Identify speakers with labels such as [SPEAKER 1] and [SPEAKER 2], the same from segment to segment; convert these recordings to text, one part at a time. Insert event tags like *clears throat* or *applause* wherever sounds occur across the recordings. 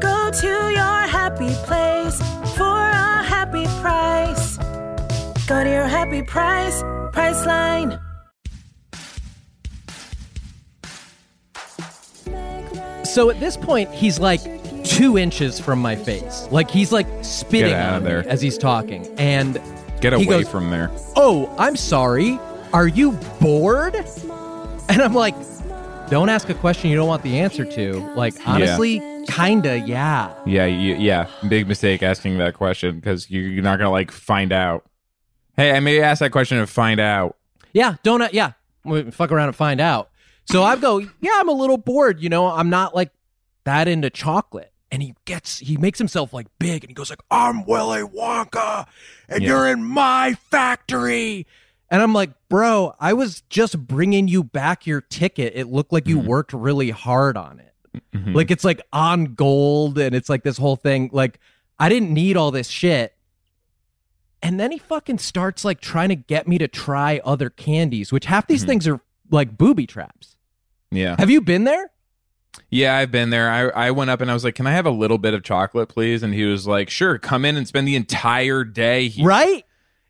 [SPEAKER 1] Go to your happy place for a happy price. Go to your happy price, Priceline.
[SPEAKER 2] So at this point, he's like two inches from my face. Like he's like spitting
[SPEAKER 3] Get out
[SPEAKER 2] on
[SPEAKER 3] of
[SPEAKER 2] me
[SPEAKER 3] there.
[SPEAKER 2] as he's talking. And
[SPEAKER 3] Get
[SPEAKER 2] he
[SPEAKER 3] away
[SPEAKER 2] goes,
[SPEAKER 3] from there.
[SPEAKER 2] Oh, I'm sorry. Are you bored? And I'm like, don't ask a question you don't want the answer to. Like honestly, kinda, yeah.
[SPEAKER 3] Yeah, you, yeah. Big mistake asking that question because you're not gonna like find out. Hey, I may ask that question and find out.
[SPEAKER 2] Yeah, don't. I- Yeah, Well, fuck around and find out. So I go, yeah, I'm a little bored. You know, I'm not like that into chocolate. And he gets, he makes himself like big, and he goes like, I'm Willy Wonka, and
[SPEAKER 3] Yeah.
[SPEAKER 2] you're in my factory. And I'm like, bro, I was just bringing you back your ticket. It looked like you
[SPEAKER 3] Mhm.
[SPEAKER 2] worked really hard on it.
[SPEAKER 4] Mm-hmm.
[SPEAKER 3] Mhm.
[SPEAKER 2] Like it's like on gold, and it's like this whole thing. Like I didn't need all this shit. And then he fucking starts like trying to get me to try other candies, which half these
[SPEAKER 3] Mhm.
[SPEAKER 2] things are like booby traps.
[SPEAKER 3] yeah,
[SPEAKER 2] Have you been there?
[SPEAKER 3] yeah. I've been there. I I went up and I was like, "Can I have a little bit of chocolate, please?" And he was like, "Sure, come in and spend the entire day here."
[SPEAKER 2] Right?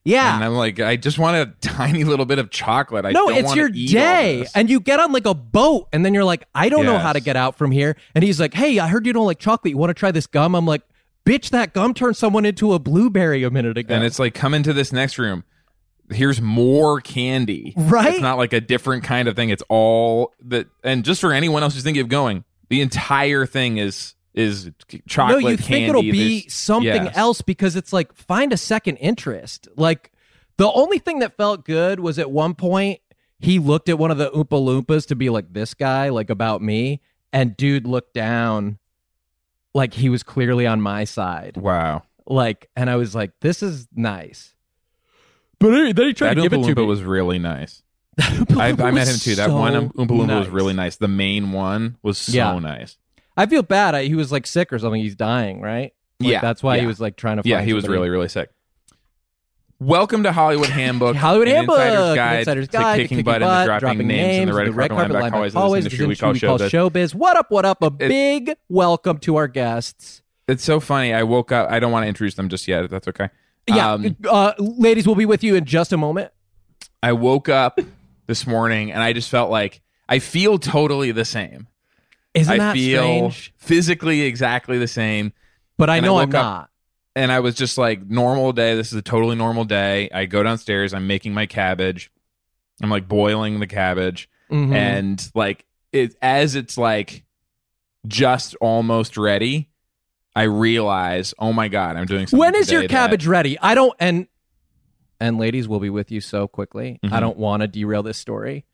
[SPEAKER 3] And
[SPEAKER 2] Yeah.
[SPEAKER 3] I'm like, I just want a tiny little bit of chocolate. I
[SPEAKER 2] no,
[SPEAKER 3] don't
[SPEAKER 2] it's
[SPEAKER 3] wanna
[SPEAKER 2] your
[SPEAKER 3] eat all
[SPEAKER 2] day.
[SPEAKER 3] this.
[SPEAKER 2] And you get on like a boat and then you're like, I don't know how to
[SPEAKER 3] Yes.
[SPEAKER 2] get out from here. And he's like, Hey, I heard you don't like chocolate. You want to try this gum? I'm like, Bitch, that gum turned someone into a blueberry a minute ago.
[SPEAKER 3] and it's like, come into this next room. Here's more candy.
[SPEAKER 2] Right?
[SPEAKER 3] It's not like a different kind of thing. It's all that. And just for anyone else who's thinking of going, the entire thing is is c- chocolate
[SPEAKER 2] no, you
[SPEAKER 3] candy.
[SPEAKER 2] think it'll be
[SPEAKER 3] There's-
[SPEAKER 2] something
[SPEAKER 3] yes.
[SPEAKER 2] else because it's like find a second interest. Like the only thing that felt good was at one point he looked at one of the Oompa Loompas to be like this guy, like about me, and dude looked down like he was clearly on my side.
[SPEAKER 3] Wow,
[SPEAKER 2] Like, and I was like, this is nice. But anyway, then he tried
[SPEAKER 3] that
[SPEAKER 2] to give
[SPEAKER 3] Oompa
[SPEAKER 2] it to
[SPEAKER 3] Loompa
[SPEAKER 2] me.
[SPEAKER 3] was really nice.
[SPEAKER 2] That Oompa
[SPEAKER 3] I,
[SPEAKER 2] Loompa
[SPEAKER 3] I met
[SPEAKER 2] was
[SPEAKER 3] him too. That
[SPEAKER 2] so
[SPEAKER 3] one um, Oompa Loompa was
[SPEAKER 2] nice.
[SPEAKER 3] really nice. The main one was so
[SPEAKER 2] Yeah.
[SPEAKER 3] nice.
[SPEAKER 2] I feel bad. I, he was like sick or something. He's dying, right? Like,
[SPEAKER 3] Yeah,
[SPEAKER 2] That's why he
[SPEAKER 3] yeah.
[SPEAKER 2] was like trying to.
[SPEAKER 3] Yeah,
[SPEAKER 2] find
[SPEAKER 3] he was
[SPEAKER 2] somebody.
[SPEAKER 3] really really sick. Welcome to Hollywood Handbook.
[SPEAKER 2] Hollywood
[SPEAKER 3] an
[SPEAKER 2] Handbook,
[SPEAKER 3] Insider's
[SPEAKER 2] an
[SPEAKER 3] guide,
[SPEAKER 2] insider's guide
[SPEAKER 3] to kicking butt, and the dropping, names, and the red, carpet, line,
[SPEAKER 2] line
[SPEAKER 3] always,
[SPEAKER 2] by
[SPEAKER 3] always the
[SPEAKER 2] the
[SPEAKER 3] industry we call
[SPEAKER 2] industry
[SPEAKER 3] show. That's-
[SPEAKER 2] showbiz. What up? What up? A
[SPEAKER 3] It-
[SPEAKER 2] big welcome to our guests.
[SPEAKER 3] It's so funny. I woke up. I don't want to introduce them just yet. If that's okay.
[SPEAKER 2] Yeah,
[SPEAKER 3] Um,
[SPEAKER 2] uh, ladies, we'll be with you in just a moment.
[SPEAKER 3] I woke up this morning and I just felt like I feel totally the same.
[SPEAKER 2] Isn't
[SPEAKER 3] I
[SPEAKER 2] that
[SPEAKER 3] feel
[SPEAKER 2] strange?
[SPEAKER 3] physically exactly the same.
[SPEAKER 2] But I
[SPEAKER 3] and I
[SPEAKER 2] know I am
[SPEAKER 3] woke up-
[SPEAKER 2] not.
[SPEAKER 3] And I was just like, normal day. This is a totally normal day. I go downstairs. I'm making my cabbage. I'm like boiling the cabbage.
[SPEAKER 2] Mhm.
[SPEAKER 3] And like, it, as it's like just almost ready, I realize, oh my God, I'm doing something.
[SPEAKER 2] when is your
[SPEAKER 3] today that-
[SPEAKER 2] cabbage ready? I don't. And and ladies, we'll be with you so quickly. I
[SPEAKER 3] Mhm.
[SPEAKER 2] don't want to derail this story.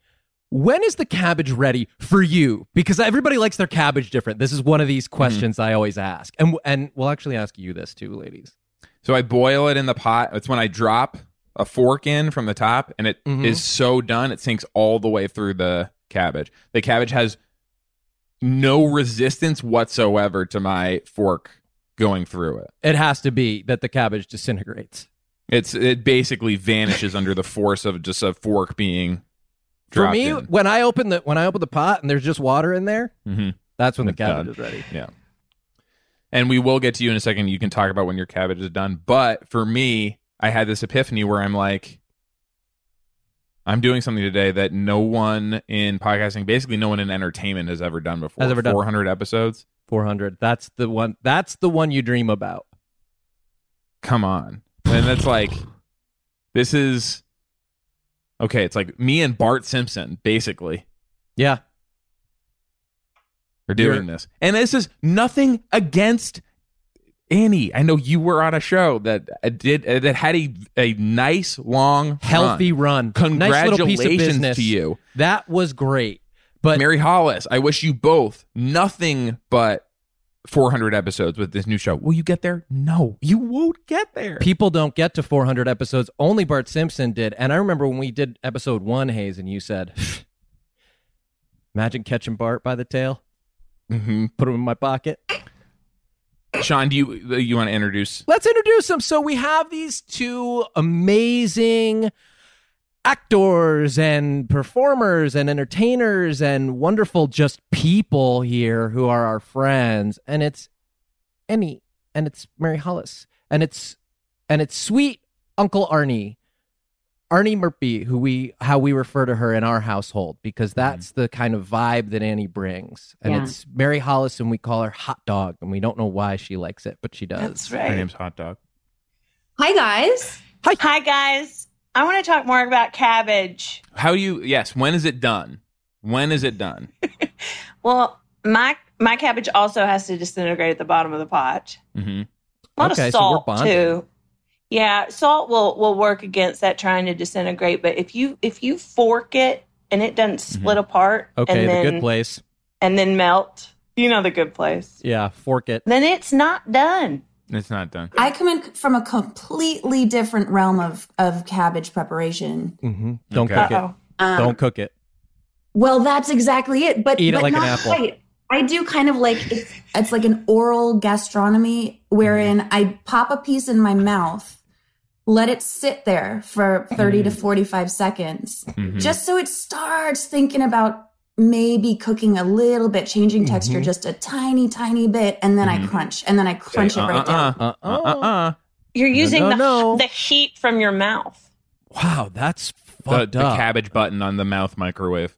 [SPEAKER 2] When is the cabbage ready for you? Because everybody likes their cabbage different. This is one of
[SPEAKER 3] Mm-hmm.
[SPEAKER 2] these questions I always ask, and and we'll actually ask you this too, ladies.
[SPEAKER 3] So I boil it in the pot. It's when I drop a fork in from the top, and it is
[SPEAKER 2] Mhm.
[SPEAKER 3] so done. It sinks all the way through the cabbage. The cabbage has no resistance whatsoever to my fork going through it.
[SPEAKER 2] It has to be that the cabbage disintegrates.
[SPEAKER 3] It's it basically vanishes under the force of just a fork being
[SPEAKER 2] For
[SPEAKER 3] dropped
[SPEAKER 2] me,
[SPEAKER 3] in.
[SPEAKER 2] when I open the when I open the pot and there's just water in there,
[SPEAKER 3] Mhm.
[SPEAKER 2] that's when the
[SPEAKER 3] It's
[SPEAKER 2] cabbage
[SPEAKER 3] done.
[SPEAKER 2] is ready.
[SPEAKER 3] Yeah. And we will get to you in a second. You can talk about when your cabbage is done. But for me, I had this epiphany where I'm like, I'm doing something today that no one in podcasting, basically no one in entertainment has ever done before.
[SPEAKER 2] Has ever done.
[SPEAKER 3] 400 episodes.
[SPEAKER 2] Four hundred. That's the one. That's the one you dream about.
[SPEAKER 3] Come on. And that's like, this is, okay, it's like me and Bart Simpson, basically.
[SPEAKER 2] Yeah.
[SPEAKER 3] are doing
[SPEAKER 2] You're-
[SPEAKER 3] this. And this is nothing against Annie. I know you were on a show that uh, did uh, that had a a nice long
[SPEAKER 2] Healthy
[SPEAKER 3] run.
[SPEAKER 2] run. Nice
[SPEAKER 3] Congratulations
[SPEAKER 2] little piece of business.
[SPEAKER 3] to you,
[SPEAKER 2] That was great. But
[SPEAKER 3] Mary Hollis. I wish you both nothing but 400 episodes with this new show. Will you get there? No, you won't get there.
[SPEAKER 2] People don't get to 400 episodes. Only Bart Simpson did. And I remember when we did episode one, Hayes, and you said, "Imagine catching Bart by the tail,
[SPEAKER 3] Mhm.
[SPEAKER 2] put him in my pocket."
[SPEAKER 3] Sean, do you uh, you want to introduce?
[SPEAKER 2] Let's introduce them. So we have these two amazing actors and performers and entertainers and wonderful just people here who are our friends. And it's Annie and it's Mary Hollis and it's and it's sweet Uncle Arnie. Arnie Murphy, who we how we refer to her in our household, because that's the kind of vibe that Annie brings. And
[SPEAKER 5] Yeah.
[SPEAKER 2] it's Mary Hollis and we call her hot dog, and we don't know why she likes it, but she does.
[SPEAKER 5] That's
[SPEAKER 3] My
[SPEAKER 5] right.
[SPEAKER 3] name's Hot Dog.
[SPEAKER 5] Hi, guys.
[SPEAKER 6] Hi guys. I want to talk more about cabbage.
[SPEAKER 3] How do you? Yes. When is it done? When is it done?
[SPEAKER 6] Well, my my cabbage also has to disintegrate at the bottom of the pot.
[SPEAKER 3] hmm
[SPEAKER 6] A lot
[SPEAKER 2] Okay,
[SPEAKER 6] of
[SPEAKER 2] so we're
[SPEAKER 6] salt
[SPEAKER 2] bonded.
[SPEAKER 6] too. Yeah, salt will will work against that trying to disintegrate, but if you if you fork it and it doesn't split apart
[SPEAKER 2] Mm-hmm. Okay,
[SPEAKER 6] and then
[SPEAKER 2] the good place.
[SPEAKER 6] and then melt, you know the good place.
[SPEAKER 2] Yeah, fork it.
[SPEAKER 6] Then it's not done.
[SPEAKER 3] It's not done.
[SPEAKER 5] I come in from a completely different realm of, of cabbage preparation.
[SPEAKER 2] hmm Don't
[SPEAKER 3] Okay.
[SPEAKER 2] cook it.
[SPEAKER 6] Uh-oh.
[SPEAKER 5] Um,
[SPEAKER 2] Don't cook it.
[SPEAKER 5] Well, that's exactly it. But
[SPEAKER 2] Eat it
[SPEAKER 5] but
[SPEAKER 2] like an
[SPEAKER 5] not
[SPEAKER 2] apple.
[SPEAKER 5] quite. I do kind of like it's, it's like an oral gastronomy wherein
[SPEAKER 2] Mm-hmm.
[SPEAKER 5] I pop a piece in my mouth, let it sit there for 30
[SPEAKER 2] Mm-hmm.
[SPEAKER 5] to 45 seconds,
[SPEAKER 3] Mhm.
[SPEAKER 5] just so it starts thinking about maybe cooking a little bit, changing texture
[SPEAKER 2] Mhm.
[SPEAKER 5] just a tiny, tiny bit, and then
[SPEAKER 2] Mm-hmm.
[SPEAKER 5] I
[SPEAKER 3] Mhm.
[SPEAKER 5] crunch, and then I crunch it right down.
[SPEAKER 3] uh,
[SPEAKER 2] Uh
[SPEAKER 3] uh, uh,
[SPEAKER 2] oh.
[SPEAKER 3] uh.
[SPEAKER 6] You're using
[SPEAKER 2] no,
[SPEAKER 6] the
[SPEAKER 2] no.
[SPEAKER 6] the heat from your mouth.
[SPEAKER 2] Wow, that's
[SPEAKER 3] The,
[SPEAKER 2] fucked
[SPEAKER 3] the
[SPEAKER 2] up.
[SPEAKER 3] cabbage button on the mouth microwave.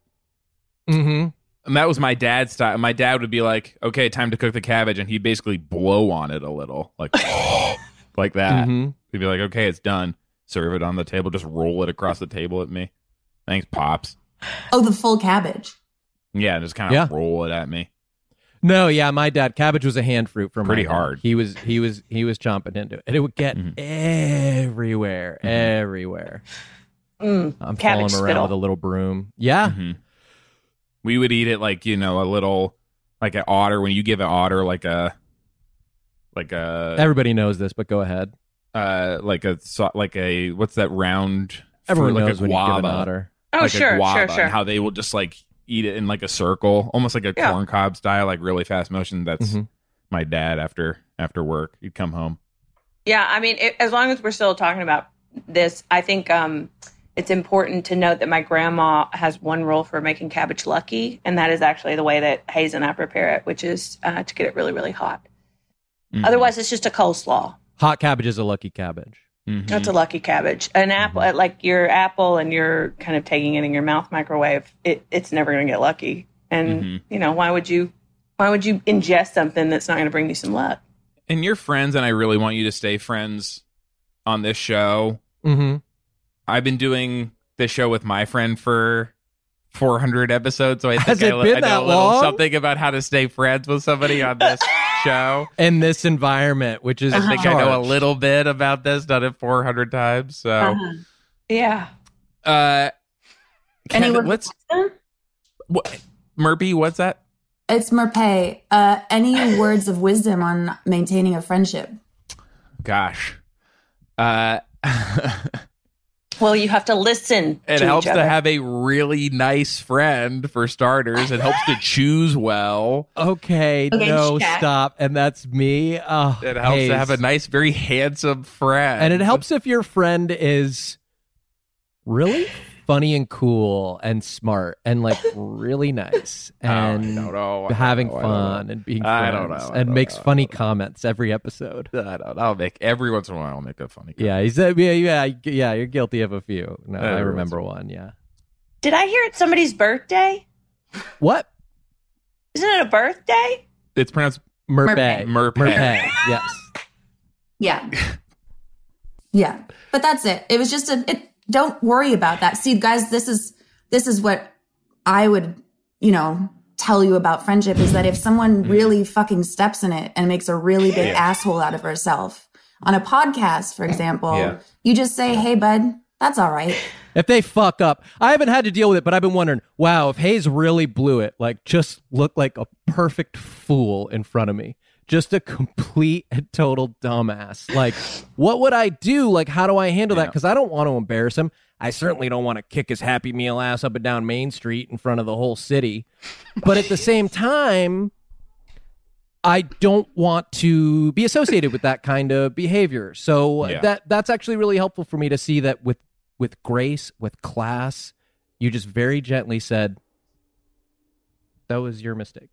[SPEAKER 2] mm-hmm.
[SPEAKER 3] And that was my dad's style. My dad would be like, "Okay, time to cook the cabbage," and he'd basically blow on it a little, like, *gasps* like that.
[SPEAKER 2] hmm
[SPEAKER 3] He'd be like, "Okay, it's done." Serve it on the table. Just roll it across the table at me. Thanks, pops.
[SPEAKER 5] Oh, the full cabbage.
[SPEAKER 3] Yeah, just kind of
[SPEAKER 2] Yeah.
[SPEAKER 3] roll it at me.
[SPEAKER 2] No, yeah, my dad. Cabbage was a hand fruit for my
[SPEAKER 3] Pretty
[SPEAKER 2] dad.
[SPEAKER 3] hard.
[SPEAKER 2] He was, he was, he was chomping into it, and it would get
[SPEAKER 3] Mhm.
[SPEAKER 2] everywhere,
[SPEAKER 3] Mhm.
[SPEAKER 2] everywhere.
[SPEAKER 6] Mm.
[SPEAKER 2] I'm
[SPEAKER 6] Cabbage
[SPEAKER 2] following him around
[SPEAKER 6] spittle.
[SPEAKER 2] with a little broom. Yeah,
[SPEAKER 3] Mhm. We would eat it like you know a little, like an otter. When you give an otter like a, like a,
[SPEAKER 2] everybody knows this, but go ahead.
[SPEAKER 3] uh, like a so- like a what's that round?
[SPEAKER 2] Everyone
[SPEAKER 3] fruit, like
[SPEAKER 2] knows
[SPEAKER 3] a
[SPEAKER 2] when you give an
[SPEAKER 3] guava.
[SPEAKER 2] otter.
[SPEAKER 6] Oh
[SPEAKER 3] like
[SPEAKER 6] sure,
[SPEAKER 3] a guava,
[SPEAKER 6] sure,
[SPEAKER 3] and
[SPEAKER 6] sure.
[SPEAKER 3] how they will just like eat it in like a circle, almost like a
[SPEAKER 6] Yeah.
[SPEAKER 3] corn cob style, like really fast motion. That's
[SPEAKER 2] Mhm.
[SPEAKER 3] my dad after after work. He'd come home.
[SPEAKER 6] Yeah, I mean, it, as long as we're still talking about this, I think um, it's important to note that my grandma has one rule for making cabbage lucky, and that is actually the way that Hayes and I prepare it, which is uh, to get it really, really hot.
[SPEAKER 3] Mhm.
[SPEAKER 6] Otherwise, it's just a coleslaw.
[SPEAKER 3] Mm-hmm.
[SPEAKER 2] Hot cabbage is a lucky cabbage.
[SPEAKER 3] Mhm.
[SPEAKER 6] That's a lucky cabbage. An apple, uh, like your apple, and you're kind of taking it in your mouth microwave. It, it's never going to get lucky, and
[SPEAKER 3] Mhm.
[SPEAKER 6] you know why would you? Why would you ingest something that's not going to bring you some luck?
[SPEAKER 3] and you're friends, and I really want you to stay friends on this show.
[SPEAKER 2] Mm-hmm.
[SPEAKER 3] I've been doing this show with my friend for 400 episodes, so I think
[SPEAKER 2] Has
[SPEAKER 3] I,
[SPEAKER 2] it
[SPEAKER 3] li-
[SPEAKER 2] been
[SPEAKER 3] I know
[SPEAKER 2] that
[SPEAKER 3] a little
[SPEAKER 2] long?
[SPEAKER 3] something about how to stay friends with somebody on
[SPEAKER 2] *laughs*
[SPEAKER 3] this show.
[SPEAKER 2] In this environment, which is
[SPEAKER 3] I think I know a
[SPEAKER 2] charged.
[SPEAKER 3] little bit about this. Done it 400 times, so.
[SPEAKER 5] Uh-huh.
[SPEAKER 6] Yeah.
[SPEAKER 3] Uh, Kevin,
[SPEAKER 5] Anyone-
[SPEAKER 3] what's what, Murphy? What's that?
[SPEAKER 5] It's Merpe. Uh,
[SPEAKER 6] *laughs*
[SPEAKER 5] any words of wisdom on maintaining a friendship?
[SPEAKER 3] Gosh, uh, *laughs*
[SPEAKER 6] Well, you have to listen.
[SPEAKER 3] it
[SPEAKER 6] to
[SPEAKER 3] helps
[SPEAKER 6] each other.
[SPEAKER 3] to have a really nice friend for starters. It helps to choose well.
[SPEAKER 2] Okay,
[SPEAKER 5] Okay,
[SPEAKER 2] no,
[SPEAKER 5] chat.
[SPEAKER 2] stop. And that's me. Oh,
[SPEAKER 3] It helps
[SPEAKER 2] Hayes.
[SPEAKER 3] to have a nice, very handsome friend,
[SPEAKER 2] And it helps if your friend is really funny and cool and smart and like really nice
[SPEAKER 3] Oh, *laughs* I
[SPEAKER 2] and
[SPEAKER 3] don't know. I don't
[SPEAKER 2] having
[SPEAKER 3] know. I don't
[SPEAKER 2] fun and being friends
[SPEAKER 3] I don't know. I
[SPEAKER 2] and
[SPEAKER 3] don't
[SPEAKER 2] makes
[SPEAKER 3] know. I
[SPEAKER 2] funny
[SPEAKER 3] don't know.
[SPEAKER 2] comments every episode.
[SPEAKER 3] know. I don't know. I'll make every once in a while. I'll make a funny. comment.
[SPEAKER 2] Yeah, he's yeah, yeah, yeah. You're guilty of a few. No, I
[SPEAKER 3] Everyone's-
[SPEAKER 2] remember one. Yeah.
[SPEAKER 6] Did I hear it's somebody's birthday?
[SPEAKER 2] What?
[SPEAKER 6] Isn't it a birthday?
[SPEAKER 3] it's pronounced
[SPEAKER 2] Merpay.
[SPEAKER 3] Merpay.
[SPEAKER 2] Merpay. Yes.
[SPEAKER 5] Yeah. yeah. But that's it. It was just a it don't worry about that. See, guys, this is this is what I would, you know, tell you about friendship is that if someone really fucking steps in it and makes a really big asshole out of herself on a podcast, for example,
[SPEAKER 3] Yeah.
[SPEAKER 5] you just say, Hey bud, that's all right.
[SPEAKER 2] If they fuck up, I haven't had to deal with it, but I've been wondering, wow, if Hayes really blew it, like just look like a perfect fool in front of me. just a complete and total dumbass. Like, what would I do? Like, how do I handle that?
[SPEAKER 3] Yeah.
[SPEAKER 2] Because I don't want to embarrass him. I certainly don't want to kick his Happy Meal ass up and down Main Street in front of the whole city. But at the same time, I don't want to be associated with that kind of behavior. So uh,
[SPEAKER 3] Yeah.
[SPEAKER 2] that that's actually really helpful for me to see that with with grace, with class, you just very gently said, "That was your mistake.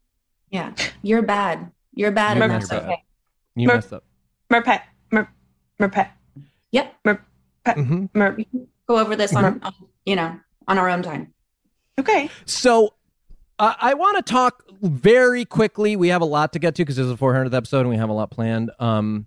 [SPEAKER 5] Yeah. You're bad. You're bad.
[SPEAKER 2] You
[SPEAKER 5] and
[SPEAKER 6] Mer-
[SPEAKER 5] that's
[SPEAKER 2] messed
[SPEAKER 5] okay.
[SPEAKER 2] up. You
[SPEAKER 6] Mer-
[SPEAKER 2] messed up."
[SPEAKER 6] Merpet. Mer, merpet.
[SPEAKER 5] Yep.
[SPEAKER 2] Mhm.
[SPEAKER 6] Mer.
[SPEAKER 5] Go over this on, on you know, on our own time.
[SPEAKER 6] Okay.
[SPEAKER 2] So uh, I want to talk very quickly. We have a lot to get to because this is a 400th episode and we have a lot planned. Um,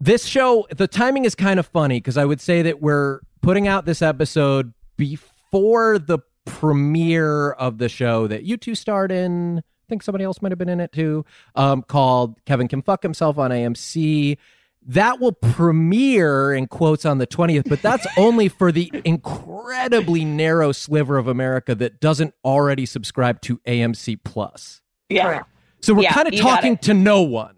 [SPEAKER 2] this show, the timing is kind of funny because I would say that we're putting out this episode before the premiere of the show that you two starred in. I think somebody else might have been in it too, um, called Kevin Can Fuck Himself on AMC. That will premiere in quotes on the 20th, but that's only for the incredibly narrow sliver of America that doesn't already subscribe to AMC Plus.
[SPEAKER 6] Yeah.
[SPEAKER 5] Correct.
[SPEAKER 2] So we're
[SPEAKER 6] Yeah,
[SPEAKER 2] kind of
[SPEAKER 6] you got
[SPEAKER 2] talking
[SPEAKER 6] it.
[SPEAKER 2] to no one.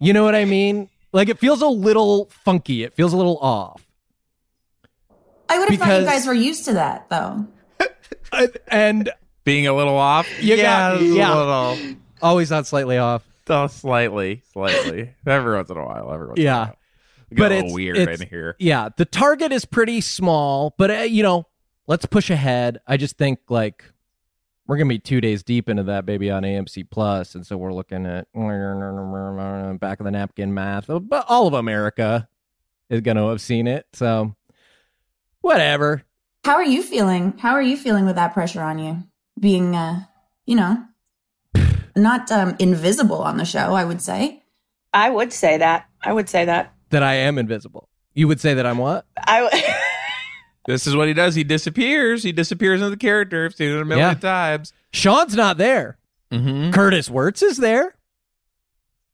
[SPEAKER 2] You know what I mean? Like it feels a little funky. It feels a little off.
[SPEAKER 5] I would have thought
[SPEAKER 2] Because-
[SPEAKER 5] you guys were used to that though.
[SPEAKER 2] Uh, and
[SPEAKER 3] Being a little off.
[SPEAKER 2] You
[SPEAKER 3] yeah,
[SPEAKER 2] got- yeah.
[SPEAKER 3] a little.
[SPEAKER 2] always on slightly off.
[SPEAKER 3] Oh, slightly, slightly. every once in a while, every once
[SPEAKER 2] Yeah.
[SPEAKER 3] in a while. We got
[SPEAKER 2] But
[SPEAKER 3] a
[SPEAKER 2] it's-
[SPEAKER 3] little weird
[SPEAKER 2] it's-
[SPEAKER 3] in here.
[SPEAKER 2] Yeah, the target is pretty small, but uh, you know, let's push ahead. I just think like we're gonna be two days deep into that baby on AMC Plus, and so we're looking at back of the napkin math. But all of America is gonna have seen it, so whatever.
[SPEAKER 5] How are you feeling? How are you feeling with that pressure on you? Being uh, you know, not um invisible on the show, I would say.
[SPEAKER 6] I would say that. I would say that.
[SPEAKER 2] That I am invisible. You would say that I'm what?
[SPEAKER 6] I w- *laughs*
[SPEAKER 3] This is what he does. He disappears. He disappears into the character. I've seen it a million
[SPEAKER 2] Yeah.
[SPEAKER 3] times.
[SPEAKER 2] Sean's not there.
[SPEAKER 3] Mm-hmm.
[SPEAKER 2] Curtis Wirtz is there.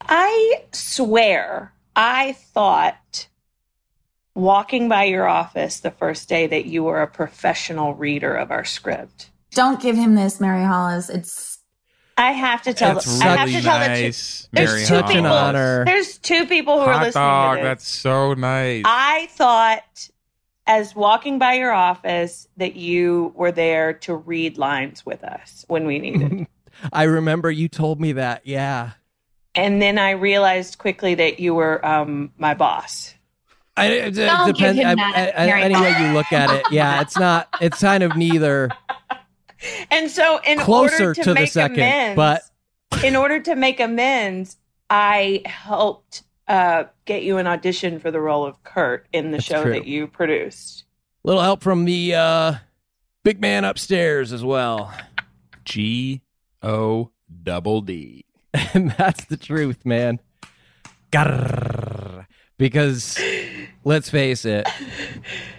[SPEAKER 6] I swear I thought walking by your office the first day that you were a professional reader of our script.
[SPEAKER 5] Don't give him this, Mary Hollis. It's
[SPEAKER 6] I have to tell
[SPEAKER 2] That's
[SPEAKER 6] the, I have to
[SPEAKER 2] really
[SPEAKER 6] tell
[SPEAKER 3] nice.
[SPEAKER 6] the two,
[SPEAKER 3] Mary
[SPEAKER 6] there's two
[SPEAKER 2] Such an
[SPEAKER 6] people,
[SPEAKER 3] Hollis.
[SPEAKER 2] honor.
[SPEAKER 6] There's two people who are
[SPEAKER 3] Hot
[SPEAKER 6] listening
[SPEAKER 3] dog.
[SPEAKER 6] to this.
[SPEAKER 3] That's so nice.
[SPEAKER 6] I thought as walking by your office that you were there to read lines with us when we needed.
[SPEAKER 2] I remember you told me that. Yeah.
[SPEAKER 6] and then I realized quickly that you were um, my boss.
[SPEAKER 2] I, it, it
[SPEAKER 5] Don't give
[SPEAKER 2] depends.
[SPEAKER 5] him
[SPEAKER 2] I,
[SPEAKER 5] that,
[SPEAKER 2] I- I-
[SPEAKER 5] Mary.
[SPEAKER 2] any way you look at it, yeah, it's not. It's kind of neither.
[SPEAKER 6] And so *laughs* in
[SPEAKER 2] Closer
[SPEAKER 6] order to,
[SPEAKER 2] to the
[SPEAKER 6] make
[SPEAKER 2] second,
[SPEAKER 6] amends,
[SPEAKER 2] but-
[SPEAKER 6] in order to make amends, I helped uh, get you an audition for the role of Kurt in the
[SPEAKER 2] That's
[SPEAKER 6] show
[SPEAKER 2] true.
[SPEAKER 6] that you produced. *laughs*
[SPEAKER 2] Little help from the uh, big man upstairs as well,
[SPEAKER 3] G O double D.
[SPEAKER 2] *laughs* and that's the truth, man. Grrr. Because let's face it,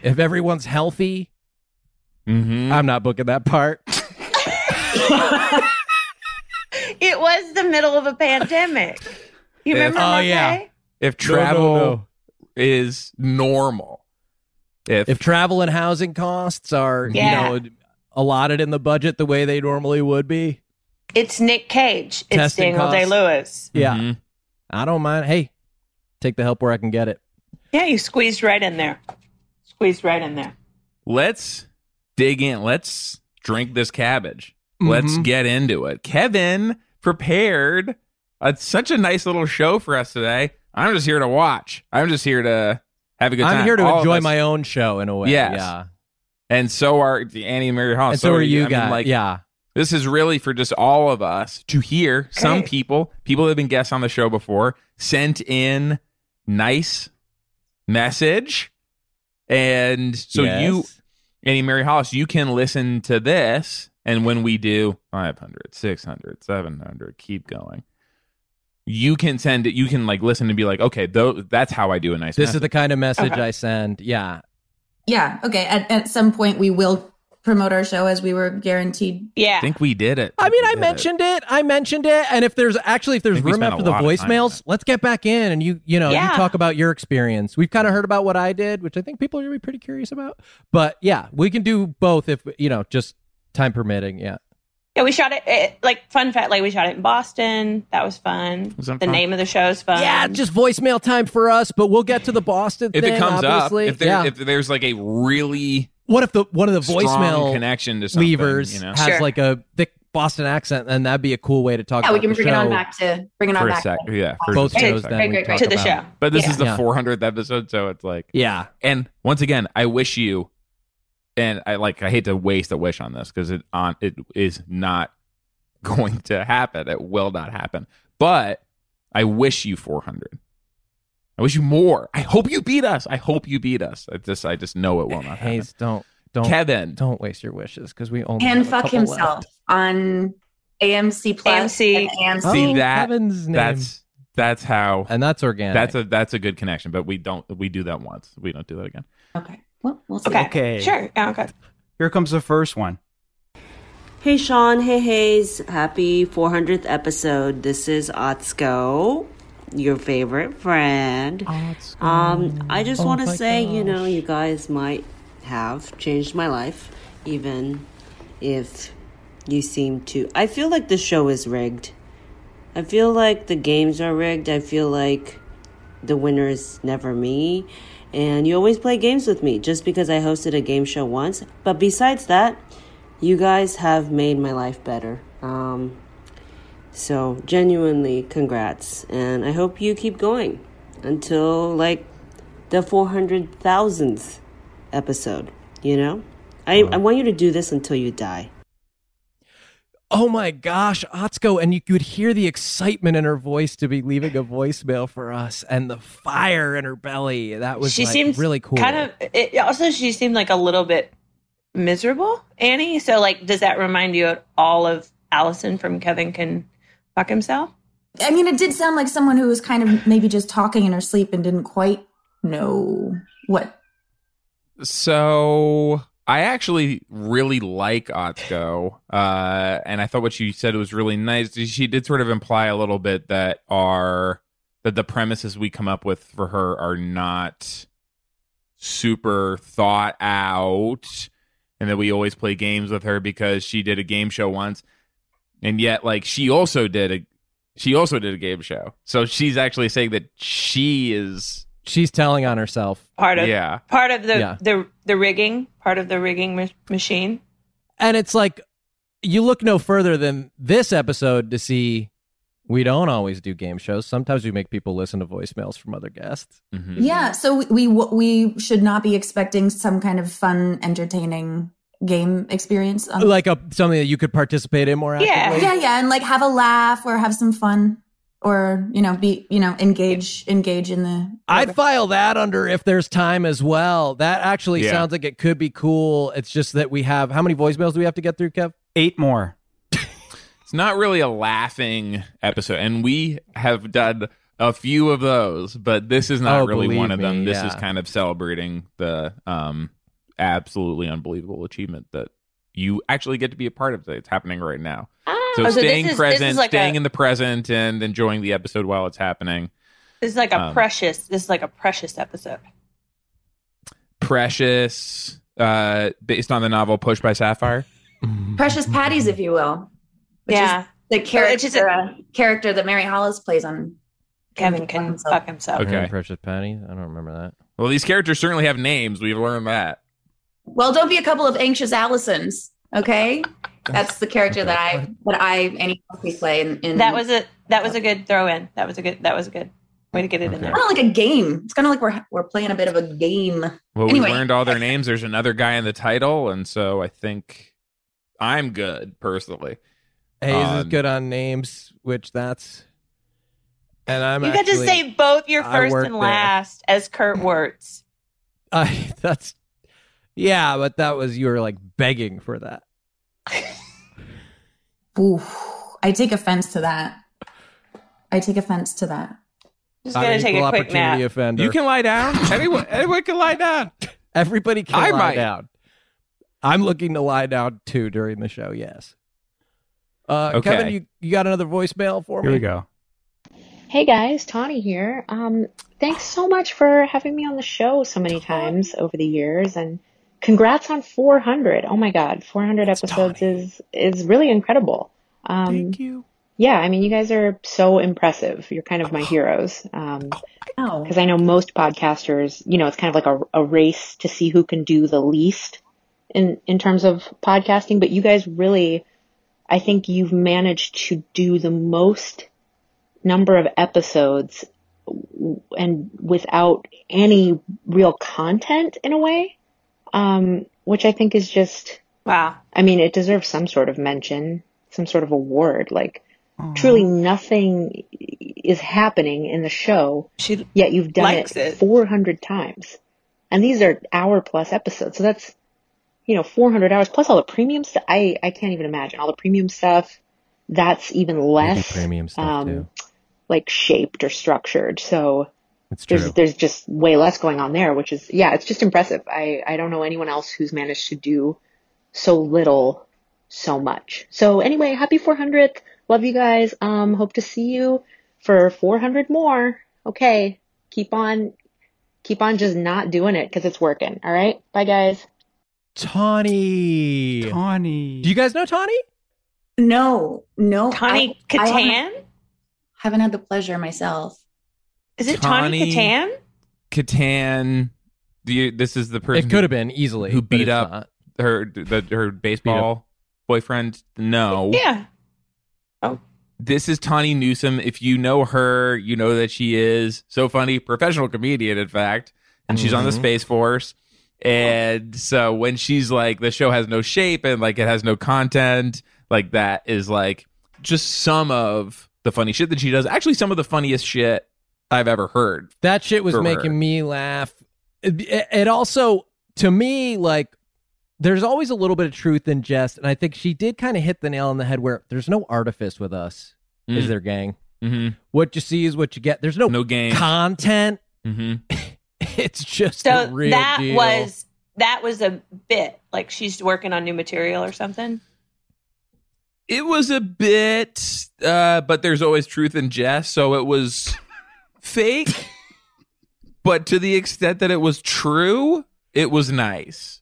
[SPEAKER 2] if everyone's healthy,
[SPEAKER 3] Mm-hmm.
[SPEAKER 2] I'm not booking that part.
[SPEAKER 6] It was the middle of a pandemic. You
[SPEAKER 3] If-
[SPEAKER 6] remember
[SPEAKER 2] Oh,
[SPEAKER 6] my
[SPEAKER 2] yeah.
[SPEAKER 6] day?
[SPEAKER 3] If
[SPEAKER 2] No, no,
[SPEAKER 3] travel
[SPEAKER 2] no.
[SPEAKER 3] is normal, if,
[SPEAKER 2] If travel and housing costs are
[SPEAKER 6] Yeah.
[SPEAKER 2] you know allotted in the budget the way they normally would be,
[SPEAKER 6] It's Nick Cage. It's
[SPEAKER 2] Testing
[SPEAKER 6] Daniel Day
[SPEAKER 2] costs.
[SPEAKER 6] Lewis.
[SPEAKER 2] yeah,
[SPEAKER 3] Mhm.
[SPEAKER 2] I don't mind. Hey, take the help where I can get it.
[SPEAKER 6] Yeah, you squeezed right in there. Squeezed right in there.
[SPEAKER 3] let's dig in. Let's drink this cabbage.
[SPEAKER 2] Mhm.
[SPEAKER 3] Let's get into it. Kevin prepared a, such a nice little show for us today. I'm just here to watch. I'm just here to have a good time.
[SPEAKER 2] I'm here to
[SPEAKER 3] All of
[SPEAKER 2] enjoy
[SPEAKER 3] us-
[SPEAKER 2] my own show in a way.
[SPEAKER 3] Yes.
[SPEAKER 2] Yeah.
[SPEAKER 3] And so are Annie and Mary Hollis.
[SPEAKER 2] and so, are you
[SPEAKER 3] I mean,
[SPEAKER 2] guys.
[SPEAKER 3] like,
[SPEAKER 2] yeah.
[SPEAKER 3] This is really for just all of us to hear some
[SPEAKER 6] Great.
[SPEAKER 3] people, people that have been guests on the show before, sent in nice message. And so you,
[SPEAKER 2] Yes.
[SPEAKER 3] Annie Mary Hollis, you can listen to this. And when we do 500, 600, 700, keep going. You can send it. You can like listen and be like, okay, though, that's how I do a nice.
[SPEAKER 2] This is
[SPEAKER 3] message.
[SPEAKER 2] the kind of message
[SPEAKER 6] Okay.
[SPEAKER 2] I send. Yeah.
[SPEAKER 5] yeah, okay. At at some point we will promote our show as we were guaranteed.
[SPEAKER 6] Yeah.
[SPEAKER 3] I think we did it.
[SPEAKER 2] I mean,
[SPEAKER 3] We
[SPEAKER 2] I
[SPEAKER 3] did it.
[SPEAKER 2] mentioned it. I mentioned it. And if there's actually if there's
[SPEAKER 3] think we
[SPEAKER 2] room
[SPEAKER 3] spent
[SPEAKER 2] after
[SPEAKER 3] a
[SPEAKER 2] the
[SPEAKER 3] lot of time on
[SPEAKER 2] voicemails,
[SPEAKER 3] that.
[SPEAKER 2] let's get back in and you you know you
[SPEAKER 6] Yeah.
[SPEAKER 2] talk about your experience. We've kind of heard about what I did, which I think people are gonna be pretty curious about. But yeah, we can do both if you know just time permitting. Yeah.
[SPEAKER 6] Yeah, we shot it, it. Like fun fact, like we shot it in Boston. That was fun.
[SPEAKER 3] Was that
[SPEAKER 6] the
[SPEAKER 3] fun?
[SPEAKER 6] name of the show's fun.
[SPEAKER 2] Yeah, just voicemail time for us, but we'll get to the Boston
[SPEAKER 3] If
[SPEAKER 2] thing.
[SPEAKER 3] it comes
[SPEAKER 2] obviously.
[SPEAKER 3] up, if, there,
[SPEAKER 2] yeah.
[SPEAKER 3] if there's like a really
[SPEAKER 2] what if the one of the
[SPEAKER 3] strong
[SPEAKER 2] voicemail
[SPEAKER 3] connection to something,
[SPEAKER 2] levers
[SPEAKER 3] you know,
[SPEAKER 2] has
[SPEAKER 6] Sure.
[SPEAKER 2] like a thick Boston accent, then that'd be a cool way to talk.
[SPEAKER 5] Yeah,
[SPEAKER 2] about
[SPEAKER 5] we can
[SPEAKER 2] the
[SPEAKER 5] bring it on
[SPEAKER 2] show.
[SPEAKER 5] back to bring it on
[SPEAKER 3] for a
[SPEAKER 5] back.
[SPEAKER 3] sec, yeah, for
[SPEAKER 2] Both
[SPEAKER 3] just a
[SPEAKER 2] shows
[SPEAKER 3] sec.
[SPEAKER 2] then
[SPEAKER 5] Great,
[SPEAKER 2] we
[SPEAKER 5] great, great.
[SPEAKER 2] talk
[SPEAKER 6] to the
[SPEAKER 2] about.
[SPEAKER 6] show.
[SPEAKER 3] But this
[SPEAKER 5] Yeah.
[SPEAKER 3] is the
[SPEAKER 2] Yeah.
[SPEAKER 3] 400th episode, so it's like,
[SPEAKER 2] Yeah,
[SPEAKER 3] and once again, I wish you, and I like, I hate to waste a wish on this because it on it is not *laughs* going to happen. It will not happen. But I wish you 400. I wish you more. I hope you beat us. I hope you beat us. I just, I just know it will not happen.
[SPEAKER 2] Hayes, don't don't
[SPEAKER 3] Kevin,
[SPEAKER 2] don't waste your wishes because we only
[SPEAKER 5] And
[SPEAKER 2] have a
[SPEAKER 5] fuck
[SPEAKER 2] couple
[SPEAKER 5] himself
[SPEAKER 2] left.
[SPEAKER 5] on AMC Plus
[SPEAKER 6] AMC.
[SPEAKER 5] and AMC.
[SPEAKER 3] See
[SPEAKER 2] Oh,
[SPEAKER 3] that-
[SPEAKER 2] Kevin's name.
[SPEAKER 3] that's that's how.
[SPEAKER 2] and that's organic.
[SPEAKER 3] That's a that's a good connection, but we don't we do that once. We don't do that again.
[SPEAKER 5] Okay. Well, we'll see.
[SPEAKER 6] Okay.
[SPEAKER 7] Okay.
[SPEAKER 6] Sure. Yeah, okay.
[SPEAKER 7] Here comes the first one.
[SPEAKER 8] Hey Sean, hey Hayes, happy 400th episode. This is Otsko, your favorite friend. Um, I just
[SPEAKER 2] Oh
[SPEAKER 8] want to
[SPEAKER 2] my
[SPEAKER 8] say, you know,
[SPEAKER 2] gosh.
[SPEAKER 8] you guys might have changed my life, even if you seem to. I feel like the show is rigged. I feel like the games are rigged. I feel like the winner is never me. And you always play games with me just because I hosted a game show once. But besides that, you guys have made my life better. Um, so, genuinely, congrats. And I hope you keep going until like the 400,000th episode, you know? I, I want you to do this until you die.
[SPEAKER 2] oh my gosh, Atsuko, and you could hear the excitement in her voice to be leaving a voicemail for us, and the fire in her belly. That was
[SPEAKER 6] she
[SPEAKER 2] like,
[SPEAKER 6] seems
[SPEAKER 2] really cool.
[SPEAKER 6] Kind of. It, also, she seemed like a little bit miserable, Annie. So, like, does that remind you at all of Allison from Kevin Can Fuck Himself?
[SPEAKER 5] I mean, it did sound like someone who was kind of maybe just talking in her sleep and didn't quite know what.
[SPEAKER 3] So I actually really like Otsko, uh, and I thought what she said was really nice. She did sort of imply a little bit that our that the premises we come up with for her are not super thought out, and that we always play games with her because she did a game show once, and yet like she also did a she also did a game show, so she's actually saying that she is
[SPEAKER 2] She's telling on herself.
[SPEAKER 6] Part of
[SPEAKER 3] yeah
[SPEAKER 6] part of the
[SPEAKER 2] Yeah.
[SPEAKER 6] the the rigging, part of the rigging ma- machine.
[SPEAKER 2] And it's like you look no further than this episode to see we don't always do game shows. Sometimes we make people listen to voicemails from other guests.
[SPEAKER 3] Mhm.
[SPEAKER 5] Yeah. So we, we we should not be expecting some kind of fun, entertaining game experience. On
[SPEAKER 2] Like a something that you could participate in more
[SPEAKER 6] Yeah.
[SPEAKER 2] actively.
[SPEAKER 5] yeah, yeah, and like have a laugh or have some fun or you know be you know engage engage in the.
[SPEAKER 2] I'd file that under if there's time as well. That actually
[SPEAKER 3] Yeah.
[SPEAKER 2] sounds like it could be cool. It's just that we have how many voicemails do we have to get through, Kev?
[SPEAKER 7] Eight more.
[SPEAKER 3] It's not really a laughing episode, and we have done a few of those, but this is not
[SPEAKER 2] Oh,
[SPEAKER 3] really one of
[SPEAKER 2] believe
[SPEAKER 3] them.
[SPEAKER 2] me,
[SPEAKER 3] This
[SPEAKER 2] yeah.
[SPEAKER 3] is kind of celebrating the um, absolutely unbelievable achievement that you actually get to be a part of. Today. It's happening right now, so
[SPEAKER 6] Oh, so this
[SPEAKER 3] staying
[SPEAKER 6] is- this
[SPEAKER 3] present,
[SPEAKER 6] is like
[SPEAKER 3] staying
[SPEAKER 6] a-
[SPEAKER 3] in the present, and enjoying the episode while it's happening.
[SPEAKER 6] This is like a
[SPEAKER 3] Um,
[SPEAKER 6] precious. This is like a precious episode.
[SPEAKER 3] Precious, uh, based on the novel Push by Sapphire.
[SPEAKER 5] Precious patties, if you will. Which Is
[SPEAKER 6] yeah,
[SPEAKER 5] the character
[SPEAKER 6] just-
[SPEAKER 5] uh, character that Mary Hollis plays on.
[SPEAKER 6] Kevin can
[SPEAKER 5] himself.
[SPEAKER 6] fuck himself.
[SPEAKER 3] Okay.
[SPEAKER 2] Aaron Precious Penny. I don't remember that.
[SPEAKER 3] Well, these characters certainly have names. We've learned that.
[SPEAKER 5] Well, don't be a couple of anxious Allisons, okay? That's the character that I that I any we play in, in
[SPEAKER 6] That was a that was a good throw in. That was a good that was a good way to get it in
[SPEAKER 3] Okay.
[SPEAKER 6] there.
[SPEAKER 5] kind of like a game. It's kind of like we're we're playing a bit of a game.
[SPEAKER 3] Well,
[SPEAKER 5] Anyway.
[SPEAKER 3] we learned all their names. There's another guy in the title, and so I think I'm good personally. Um,
[SPEAKER 2] Hayes is
[SPEAKER 3] On-
[SPEAKER 2] good on names, which that's and I'm
[SPEAKER 6] you got to
[SPEAKER 2] actually-
[SPEAKER 6] say both your
[SPEAKER 2] I
[SPEAKER 6] first
[SPEAKER 2] work
[SPEAKER 6] and
[SPEAKER 2] there.
[SPEAKER 6] last as Kurt
[SPEAKER 2] *laughs*
[SPEAKER 6] Wertz.
[SPEAKER 2] I *laughs* that's yeah, but that was you were like begging for that.
[SPEAKER 5] Ooh, I take offense to that. I take offense to that.
[SPEAKER 6] Just
[SPEAKER 2] I'm
[SPEAKER 6] gonna
[SPEAKER 2] an
[SPEAKER 6] take
[SPEAKER 2] equal
[SPEAKER 6] a quick
[SPEAKER 2] opportunity
[SPEAKER 6] nap.
[SPEAKER 2] offender.
[SPEAKER 3] You can lie down. anyone, anyone can lie down.
[SPEAKER 2] Everybody can
[SPEAKER 3] I
[SPEAKER 2] lie
[SPEAKER 3] might.
[SPEAKER 2] down. I'm looking to lie down too during the show. Yes. Uh,
[SPEAKER 3] Okay.
[SPEAKER 2] Kevin, you, you got another voicemail for
[SPEAKER 7] Here
[SPEAKER 2] me?
[SPEAKER 7] we go.
[SPEAKER 9] Hey guys, Tawny here. Um, thanks so much for having me on the show so many times over the years, and congrats on 400. Oh my God, 400 episodes is is really incredible. Um, Thank you. Oh. Yeah, I mean, you guys are so impressive. You're kind of my heroes. Um,
[SPEAKER 5] Oh.
[SPEAKER 9] because I know most podcasters, you know, it's kind of like a, a race to see who can do the least in in terms of podcasting. But you guys really, I think you've managed to do the most number of episodes w- and without any real content in a way, um, which I think is just,
[SPEAKER 6] Wow.
[SPEAKER 9] I mean, it deserves some sort of mention, some sort of award. Like, truly nothing is happening in the show
[SPEAKER 6] She
[SPEAKER 9] yet you've done it,
[SPEAKER 6] likes it.
[SPEAKER 9] 400 times and these are hour plus episodes so that's you know 400 hours plus all the premium stuff i i can't even imagine all the premium stuff that's even less um,
[SPEAKER 2] premium stuff, too.
[SPEAKER 9] like shaped or structured so
[SPEAKER 2] It's
[SPEAKER 9] there's
[SPEAKER 2] true.
[SPEAKER 9] there's just way less going on there which is yeah it's just impressive i i don't know anyone else who's managed to do so little so much so anyway happy 400th love you guys um hope to see you for 400 more okay keep on keep on just not doing it because it's working all right bye guys
[SPEAKER 2] Tawny.
[SPEAKER 7] Tawny.
[SPEAKER 2] Do you guys know Tawny?
[SPEAKER 5] No, no.
[SPEAKER 6] Tawny
[SPEAKER 5] I- I haven't,
[SPEAKER 6] Katan?
[SPEAKER 5] haven't had the pleasure myself.
[SPEAKER 6] Is it Tawny
[SPEAKER 3] Tawny-
[SPEAKER 6] Katan?
[SPEAKER 3] Catan. Do you, this is the person
[SPEAKER 2] It could have been easily.
[SPEAKER 3] who
[SPEAKER 2] but
[SPEAKER 3] beat
[SPEAKER 2] it's
[SPEAKER 3] up- who-
[SPEAKER 2] not.
[SPEAKER 3] her the, her baseball boyfriend. No,
[SPEAKER 6] Yeah. Oh.
[SPEAKER 3] this is Tawny Newsom. If you know her, you know that she is so funny, professional comedian, in fact, and she's on the
[SPEAKER 2] Mhm.
[SPEAKER 3] Space Force. And so when she's like, the show has no shape and like it has no content, like that is like just some of the funny shit that she does. Actually, some of the funniest shit I've ever heard.
[SPEAKER 2] That shit was
[SPEAKER 3] for
[SPEAKER 2] making
[SPEAKER 3] her.
[SPEAKER 2] me laugh. It, it also, to me, like, there's always a little bit of truth in jest, and I think she did kind of hit the nail on the head where there's no artifice with us, is
[SPEAKER 3] Mm.
[SPEAKER 2] there, gang?
[SPEAKER 3] hmm
[SPEAKER 2] What you see is what you get. There's no,
[SPEAKER 3] No game.
[SPEAKER 2] content.
[SPEAKER 3] hmm
[SPEAKER 2] *laughs* It's just
[SPEAKER 6] So
[SPEAKER 2] the real
[SPEAKER 6] that
[SPEAKER 2] deal.
[SPEAKER 6] was that was a bit like she's working on new material or something.
[SPEAKER 3] It was a bit, uh, but there's always truth in jest. So it
[SPEAKER 2] *laughs*
[SPEAKER 3] was fake, but to the extent that it was true, it was nice.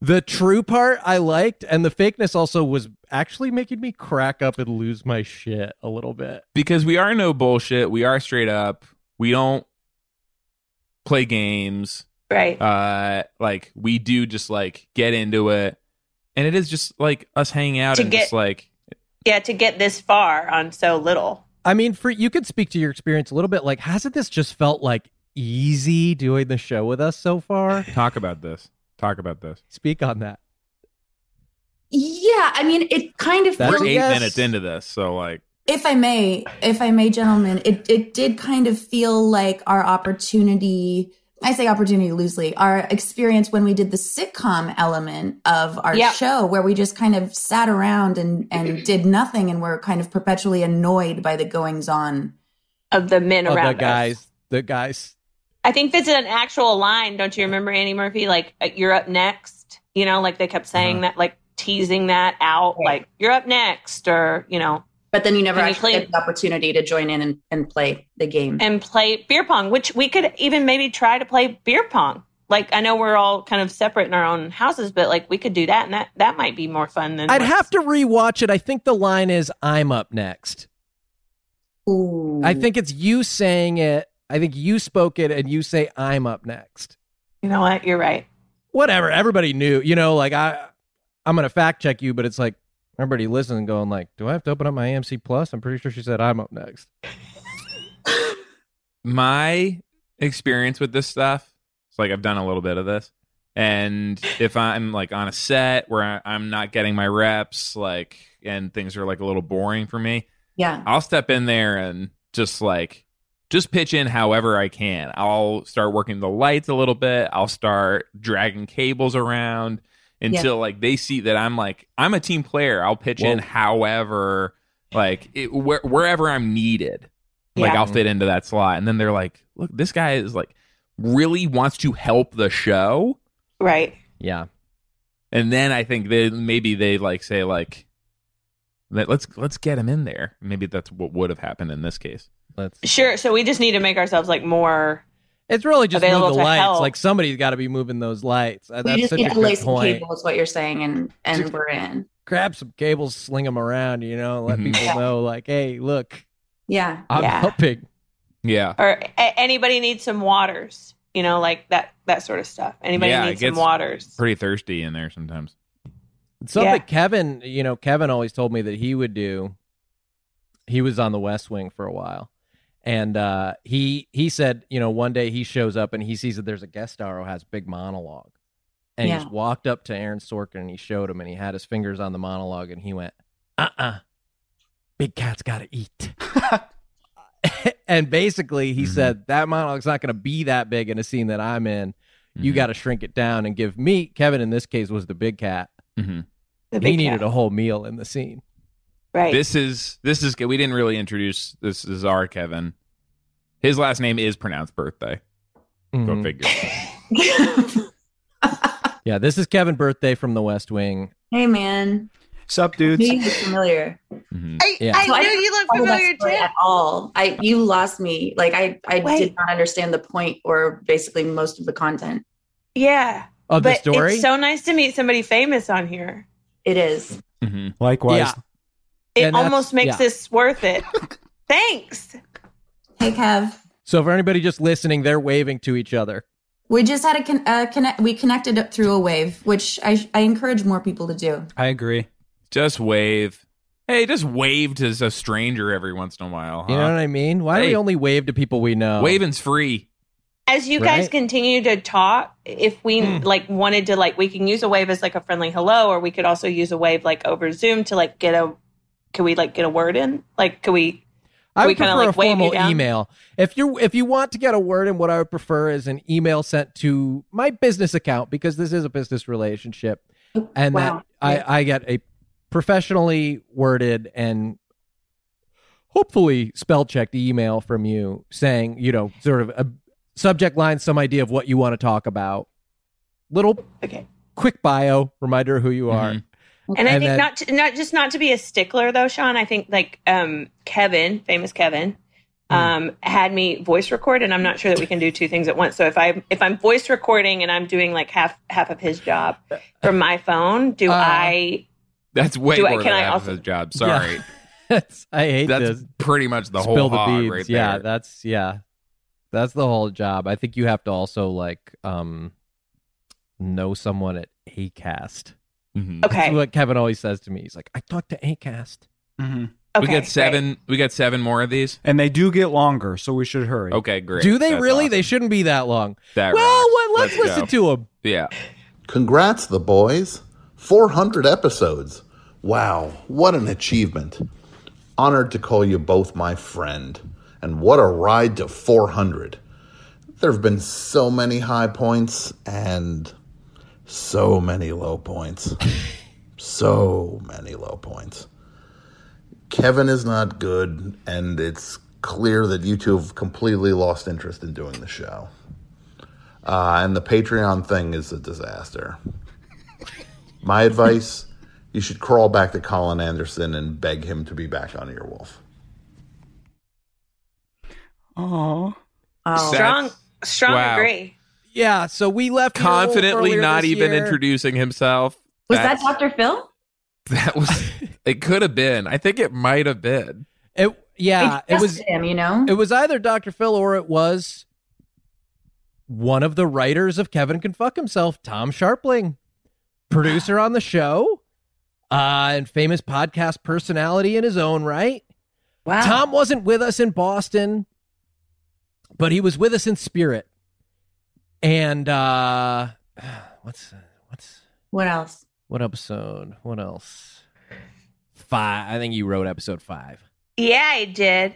[SPEAKER 2] the true part. I liked, and the fakeness also was actually making me crack up and lose my shit a little bit.
[SPEAKER 3] because we are no bullshit. We are straight up. We don't play games.
[SPEAKER 6] Right.
[SPEAKER 3] Uh, like we do, just like get into it, and it is just like us hanging out
[SPEAKER 6] To
[SPEAKER 3] and
[SPEAKER 6] get-
[SPEAKER 3] just like
[SPEAKER 6] yeah, to get this far on so little.
[SPEAKER 2] I mean, for you could speak to your experience a little bit. Like, hasn't this just felt like easy doing the show with us so far?
[SPEAKER 3] *laughs* talk about this. Talk about this.
[SPEAKER 2] Speak on that.
[SPEAKER 5] Yeah, I mean, it kind of
[SPEAKER 2] That's
[SPEAKER 3] We're
[SPEAKER 2] a
[SPEAKER 3] eight
[SPEAKER 2] yes.
[SPEAKER 3] minutes into this, so like
[SPEAKER 5] if I may, if I may, gentlemen, it, it did kind of feel like our opportunity. I say opportunity loosely, our experience when we did the sitcom element of our
[SPEAKER 6] Yep.
[SPEAKER 5] show, where we just kind of sat around and,
[SPEAKER 6] *clears throat*
[SPEAKER 5] and did nothing and were kind of perpetually annoyed by the goings on.
[SPEAKER 6] Of the men
[SPEAKER 2] Oh,
[SPEAKER 6] around
[SPEAKER 2] the
[SPEAKER 6] us.
[SPEAKER 2] guys, the guys.
[SPEAKER 6] I think that's an actual line. Don't you remember Annie Murphy? Like uh, you're up next. You know, like they kept saying
[SPEAKER 2] Uh-huh.
[SPEAKER 6] that, like teasing that out, like you're up next, or you know,
[SPEAKER 5] But then you never
[SPEAKER 6] Can you
[SPEAKER 5] actually
[SPEAKER 6] clean-
[SPEAKER 5] get the opportunity to join in and, and play the game.
[SPEAKER 6] and play beer pong, which we could even maybe try to play beer pong. Like I know we're all kind of separate in our own houses, but like we could do that, and that that might be more fun than
[SPEAKER 2] I'd
[SPEAKER 6] what's-
[SPEAKER 2] have to rewatch it. I think the line is "I'm up next."
[SPEAKER 5] Ooh.
[SPEAKER 2] I think it's you saying it. I think you spoke it, and you say "I'm up next."
[SPEAKER 6] You know what? You're right.
[SPEAKER 2] Whatever. Everybody knew. You know, like I, I'm gonna fact check you, but it's like everybody listening, going like, "Do I have to open up my AMC Plus?" I'm pretty sure she said "I'm up next."
[SPEAKER 3] my experience with this stuff it's like i've done a little bit of this and if i'm like on a set where I- i'm not getting my reps like and things are like a little boring for me
[SPEAKER 5] yeah.
[SPEAKER 3] i'll step in there and just like just pitch in however i can i'll start working the lights a little bit i'll start dragging cables around until like they see that i'm like i'm a team player i'll pitch in
[SPEAKER 2] Whoa.
[SPEAKER 3] however like it, where, wherever i'm needed like
[SPEAKER 6] Yeah.
[SPEAKER 3] I'll fit into that slot. And then they're like, look, this guy is like really wants to help the show.
[SPEAKER 6] Right.
[SPEAKER 2] Yeah.
[SPEAKER 3] And then I think they maybe they like say like let- let's let's get him in there. Maybe that's what would have happened in this case.
[SPEAKER 2] Let's.
[SPEAKER 6] Sure. So we just need to make ourselves like more
[SPEAKER 2] It's really just move the
[SPEAKER 6] Available to
[SPEAKER 2] lights.
[SPEAKER 6] help.
[SPEAKER 2] Like somebody's got to be moving those lights. Uh, That's
[SPEAKER 5] we just
[SPEAKER 2] such
[SPEAKER 5] need
[SPEAKER 2] a
[SPEAKER 5] to lay
[SPEAKER 2] good
[SPEAKER 5] some
[SPEAKER 2] point.
[SPEAKER 5] cable is what you're saying, and and we're in.
[SPEAKER 2] Grab some cables, sling them around. You know, let
[SPEAKER 3] Mhm.
[SPEAKER 2] people
[SPEAKER 5] Yeah.
[SPEAKER 2] know, like, hey, look,
[SPEAKER 5] Yeah.
[SPEAKER 2] I'm
[SPEAKER 6] Mm-hmm. Yeah.
[SPEAKER 2] helping.
[SPEAKER 3] Yeah.
[SPEAKER 6] or a- anybody needs some waters you know like that that sort of stuff anybody
[SPEAKER 3] Yeah, it
[SPEAKER 6] needs some
[SPEAKER 3] gets
[SPEAKER 6] waters
[SPEAKER 3] Pretty thirsty in there sometimes.
[SPEAKER 2] Something
[SPEAKER 6] Yeah.
[SPEAKER 2] Kevin, you know, Kevin always told me that he would do. He was on the West Wing for a while, and uh, he he said, you know, one day he shows up and he sees that there's a guest star who has a big monologue, and
[SPEAKER 5] Yeah.
[SPEAKER 2] he just walked up to Aaron Sorkin and he showed him, and he had his fingers on the monologue, and he went, uh uh big cat's got to eat. and basically, he
[SPEAKER 3] Mhm.
[SPEAKER 2] said that monologue's not going to be that big in a scene that I'm in. You
[SPEAKER 3] Mhm.
[SPEAKER 2] got to shrink it down and give me Kevin. In this case, was the big cat
[SPEAKER 3] Mhm.
[SPEAKER 6] The
[SPEAKER 2] he
[SPEAKER 6] big
[SPEAKER 2] needed
[SPEAKER 6] cat.
[SPEAKER 2] a whole meal in the scene.
[SPEAKER 6] right
[SPEAKER 3] This is this is we didn't really introduce this is our Kevin. His last name is pronounced birthday.
[SPEAKER 2] Mm-hmm.
[SPEAKER 3] Go figure.
[SPEAKER 2] Yeah, this is Kevin Birthday from The West Wing.
[SPEAKER 5] hey man,
[SPEAKER 7] Sup,
[SPEAKER 5] you
[SPEAKER 7] dudes?
[SPEAKER 5] look familiar.
[SPEAKER 3] Mhm.
[SPEAKER 10] I,
[SPEAKER 2] Yeah.
[SPEAKER 10] I
[SPEAKER 5] So I
[SPEAKER 10] knew
[SPEAKER 5] don't
[SPEAKER 10] you looked
[SPEAKER 5] follow that
[SPEAKER 10] familiar
[SPEAKER 5] story
[SPEAKER 10] too.
[SPEAKER 5] at all. I you lost me. Like I I
[SPEAKER 6] Wait.
[SPEAKER 5] did not understand the point or basically most of the content.
[SPEAKER 6] yeah
[SPEAKER 2] Of Oh, the
[SPEAKER 6] but
[SPEAKER 2] story?
[SPEAKER 6] it's so nice to meet somebody famous on here
[SPEAKER 5] It is.
[SPEAKER 3] Mhm.
[SPEAKER 7] Likewise.
[SPEAKER 2] Yeah.
[SPEAKER 6] it
[SPEAKER 2] And that's-
[SPEAKER 6] almost makes
[SPEAKER 2] yeah.
[SPEAKER 6] this worth
[SPEAKER 2] *laughs*
[SPEAKER 6] it thanks
[SPEAKER 5] Hey Kev,
[SPEAKER 2] so for anybody just listening, they're waving to each other.
[SPEAKER 5] we just had a, con- uh connect. We connected up through a wave, which I I encourage more people to do.
[SPEAKER 7] *laughs* I agree.
[SPEAKER 3] Just wave. Hey, just wave to a stranger every once in a while. Huh?
[SPEAKER 2] You know what I mean? Why do
[SPEAKER 3] Uh-huh. Hey.
[SPEAKER 2] we only wave to people we know?
[SPEAKER 3] Waving's free.
[SPEAKER 6] as you guys
[SPEAKER 2] Right.
[SPEAKER 6] continue to talk if we
[SPEAKER 3] Hmm.
[SPEAKER 6] like wanted to like we can use a wave as like a friendly hello or we could also use a wave like over zoom to like get a can we like get a word in like could we
[SPEAKER 2] I
[SPEAKER 6] We
[SPEAKER 2] would
[SPEAKER 6] kinda,
[SPEAKER 2] prefer a
[SPEAKER 6] like, wave you
[SPEAKER 2] formal
[SPEAKER 6] down?
[SPEAKER 2] email. If you if you want to get a word in, what I would prefer is an email sent to my business account because this is a business relationship,
[SPEAKER 6] Oh,
[SPEAKER 2] and
[SPEAKER 5] Wow.
[SPEAKER 2] that I I get a professionally worded and hopefully spell checked email from you saying you know sort of a subject line, some idea of what you want to talk about, little
[SPEAKER 6] okay
[SPEAKER 2] quick bio reminder of who you are.
[SPEAKER 3] Mhm.
[SPEAKER 6] And I
[SPEAKER 2] And
[SPEAKER 6] think
[SPEAKER 2] then-
[SPEAKER 6] not to, not just not to be a stickler though, Sean. I think like um, Kevin, famous Kevin, um, had me voice record, and I'm not sure that we can do two things at once. So if I if I'm voice recording and I'm doing like half half of his job from my phone, do
[SPEAKER 2] Uh,
[SPEAKER 6] I?
[SPEAKER 3] That's way
[SPEAKER 6] Do I-
[SPEAKER 3] more
[SPEAKER 6] can
[SPEAKER 3] than
[SPEAKER 6] I
[SPEAKER 3] half
[SPEAKER 6] also-
[SPEAKER 3] of his job.
[SPEAKER 6] *laughs*
[SPEAKER 3] Sorry.
[SPEAKER 2] That's- I hate
[SPEAKER 3] That's
[SPEAKER 2] this.
[SPEAKER 3] pretty much the
[SPEAKER 2] spill
[SPEAKER 3] whole
[SPEAKER 2] the
[SPEAKER 3] hog
[SPEAKER 2] beans.
[SPEAKER 3] right there.
[SPEAKER 2] yeah, that's yeah, that's the whole job. I think you have to also like um know someone at Acast.
[SPEAKER 3] Mhm.
[SPEAKER 2] That's
[SPEAKER 6] Okay,
[SPEAKER 2] what Kevin always says to me. He's like, I talked to Acast.
[SPEAKER 7] hmm
[SPEAKER 6] okay,
[SPEAKER 3] we got
[SPEAKER 6] great.
[SPEAKER 3] seven. We got seven more of these.
[SPEAKER 7] And they do get longer, so we should hurry. Oh,
[SPEAKER 3] Okay, great.
[SPEAKER 2] Do they
[SPEAKER 3] That's
[SPEAKER 2] really? They
[SPEAKER 3] awesome.
[SPEAKER 2] shouldn't be that long.
[SPEAKER 3] That
[SPEAKER 2] well,
[SPEAKER 3] rocks.
[SPEAKER 2] what, let's, listen
[SPEAKER 3] go.
[SPEAKER 2] to them.
[SPEAKER 3] Yeah.
[SPEAKER 11] Congrats, the boys. 400 episodes. Wow, what an achievement. Honored to call you both my friend. And what a ride to 400. There have been so many high points and so many low points. *laughs* so many low points. Kevin is not good, and it's clear that you two have completely lost interest in doing the show. Uh, and the Patreon thing is a disaster. My advice you should crawl back to Colin Anderson and beg him to be back on Earwolf.
[SPEAKER 7] Oh.
[SPEAKER 5] Oh,
[SPEAKER 3] That-
[SPEAKER 6] strong strong
[SPEAKER 3] Wow.
[SPEAKER 6] agree.
[SPEAKER 2] Yeah. So we left you
[SPEAKER 3] Confidently,
[SPEAKER 2] earlier
[SPEAKER 3] not
[SPEAKER 2] this
[SPEAKER 3] even
[SPEAKER 2] year.
[SPEAKER 3] introducing himself.
[SPEAKER 5] was that
[SPEAKER 3] That's-
[SPEAKER 5] Dr. Phil?
[SPEAKER 3] That was. it could have been. I think it might have been.
[SPEAKER 2] It, yeah,
[SPEAKER 5] I
[SPEAKER 2] it was.
[SPEAKER 5] trusted him. You know,
[SPEAKER 2] It was either Dr. Phil or it was one of the writers of Kevin Can Fuck Himself, Tom Sharpling, producer on the show, uh, and famous podcast personality in his own right.
[SPEAKER 6] Wow,
[SPEAKER 2] Tom wasn't with us in Boston, but he was with us in spirit. And uh, what's what's
[SPEAKER 5] what else?
[SPEAKER 2] what episode? What else? Five. I think you wrote episode five.
[SPEAKER 6] yeah, I did.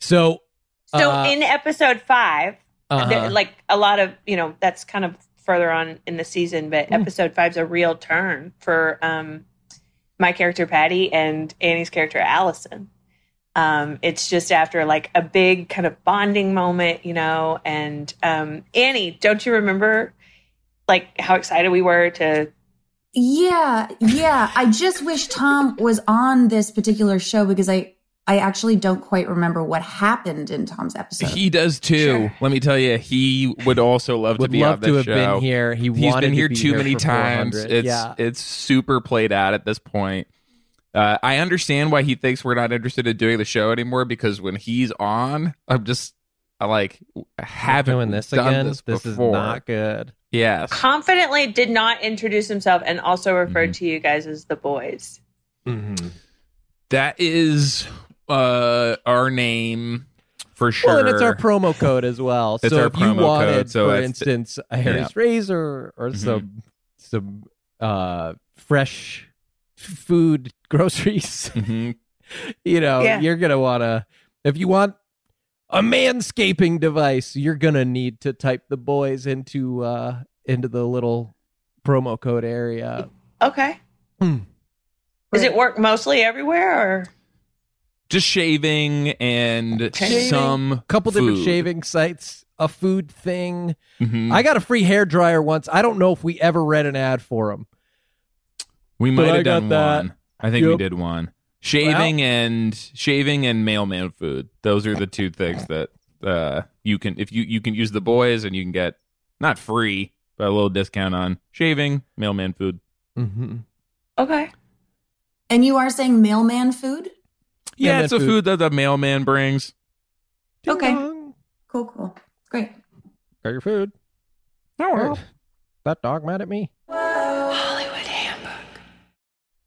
[SPEAKER 2] So
[SPEAKER 6] So
[SPEAKER 2] Uh,
[SPEAKER 6] in episode five,
[SPEAKER 3] Uh-huh.
[SPEAKER 2] uh
[SPEAKER 6] There- like a lot of you know that's kind of further on in the season but episode five's a real turn for um my character patty and annie's character allison um it's just after like a big kind of bonding moment you know and um annie don't you remember like how excited we were to
[SPEAKER 5] Yeah, yeah. I just wish Tom was on this particular show because I I actually don't quite remember what happened in Tom's episode.
[SPEAKER 3] He does too. Let me tell you, he would also love
[SPEAKER 2] Would
[SPEAKER 3] to be
[SPEAKER 2] love
[SPEAKER 3] on this
[SPEAKER 2] to have
[SPEAKER 3] show.
[SPEAKER 2] been here. He
[SPEAKER 3] has
[SPEAKER 2] wanted
[SPEAKER 3] been
[SPEAKER 2] to
[SPEAKER 3] here
[SPEAKER 2] be
[SPEAKER 3] too
[SPEAKER 2] here
[SPEAKER 3] many
[SPEAKER 2] for
[SPEAKER 3] times.
[SPEAKER 2] 400.
[SPEAKER 3] It's
[SPEAKER 2] Yeah.
[SPEAKER 3] it's super played out at this point. Uh, I understand why he thinks we're not interested in doing the show anymore because when he's on, I'm just I like haven't
[SPEAKER 2] doing this
[SPEAKER 3] done
[SPEAKER 2] again.
[SPEAKER 3] This,
[SPEAKER 2] This is
[SPEAKER 3] before.
[SPEAKER 2] not good.
[SPEAKER 3] Yes,
[SPEAKER 6] Confidently did not introduce himself and also referred to you guys as the boys.
[SPEAKER 2] Mm-hmm.
[SPEAKER 3] that is uh, our name for sure.
[SPEAKER 2] Well, and it's our promo code as well.
[SPEAKER 3] *laughs* It's
[SPEAKER 2] so
[SPEAKER 3] our
[SPEAKER 2] if you
[SPEAKER 3] promo code,
[SPEAKER 2] wanted,
[SPEAKER 3] so
[SPEAKER 2] for
[SPEAKER 3] it's-
[SPEAKER 2] instance, a
[SPEAKER 3] yeah.
[SPEAKER 2] Harry's razor or
[SPEAKER 3] Mhm.
[SPEAKER 2] some some uh, fresh f- food *laughs* groceries,
[SPEAKER 3] Mm-hmm.
[SPEAKER 2] *laughs* you know,
[SPEAKER 6] Yeah.
[SPEAKER 2] you're gonna wanna if you want a manscaping device, you're gonna need to type the boys into uh, into the little promo code area.
[SPEAKER 6] Okay. Does it work mostly everywhere or
[SPEAKER 3] just shaving and
[SPEAKER 6] Shaving.
[SPEAKER 3] some
[SPEAKER 2] couple different
[SPEAKER 3] food.
[SPEAKER 2] shaving sites, a food thing.
[SPEAKER 3] Mhm.
[SPEAKER 2] I got a free hair dryer once. I don't know if we ever read an ad for them.
[SPEAKER 3] We
[SPEAKER 2] But
[SPEAKER 3] might
[SPEAKER 2] I
[SPEAKER 3] have
[SPEAKER 2] got
[SPEAKER 3] done
[SPEAKER 2] that.
[SPEAKER 3] one. I think we
[SPEAKER 2] Yep.
[SPEAKER 3] did one. Shaving and shaving and mailman food. Those are the two things that uh, you can if you you can use the boys and you can get not free but a little discount on shaving, mailman food.
[SPEAKER 2] Mm-hmm.
[SPEAKER 6] Okay.
[SPEAKER 5] And you are saying mailman food?
[SPEAKER 3] Yeah,
[SPEAKER 2] Mailman
[SPEAKER 3] it's a
[SPEAKER 2] food.
[SPEAKER 3] food that the mailman brings.
[SPEAKER 5] okay. Cool, cool. Great.
[SPEAKER 2] Got your food. Oh, that dog mad at me.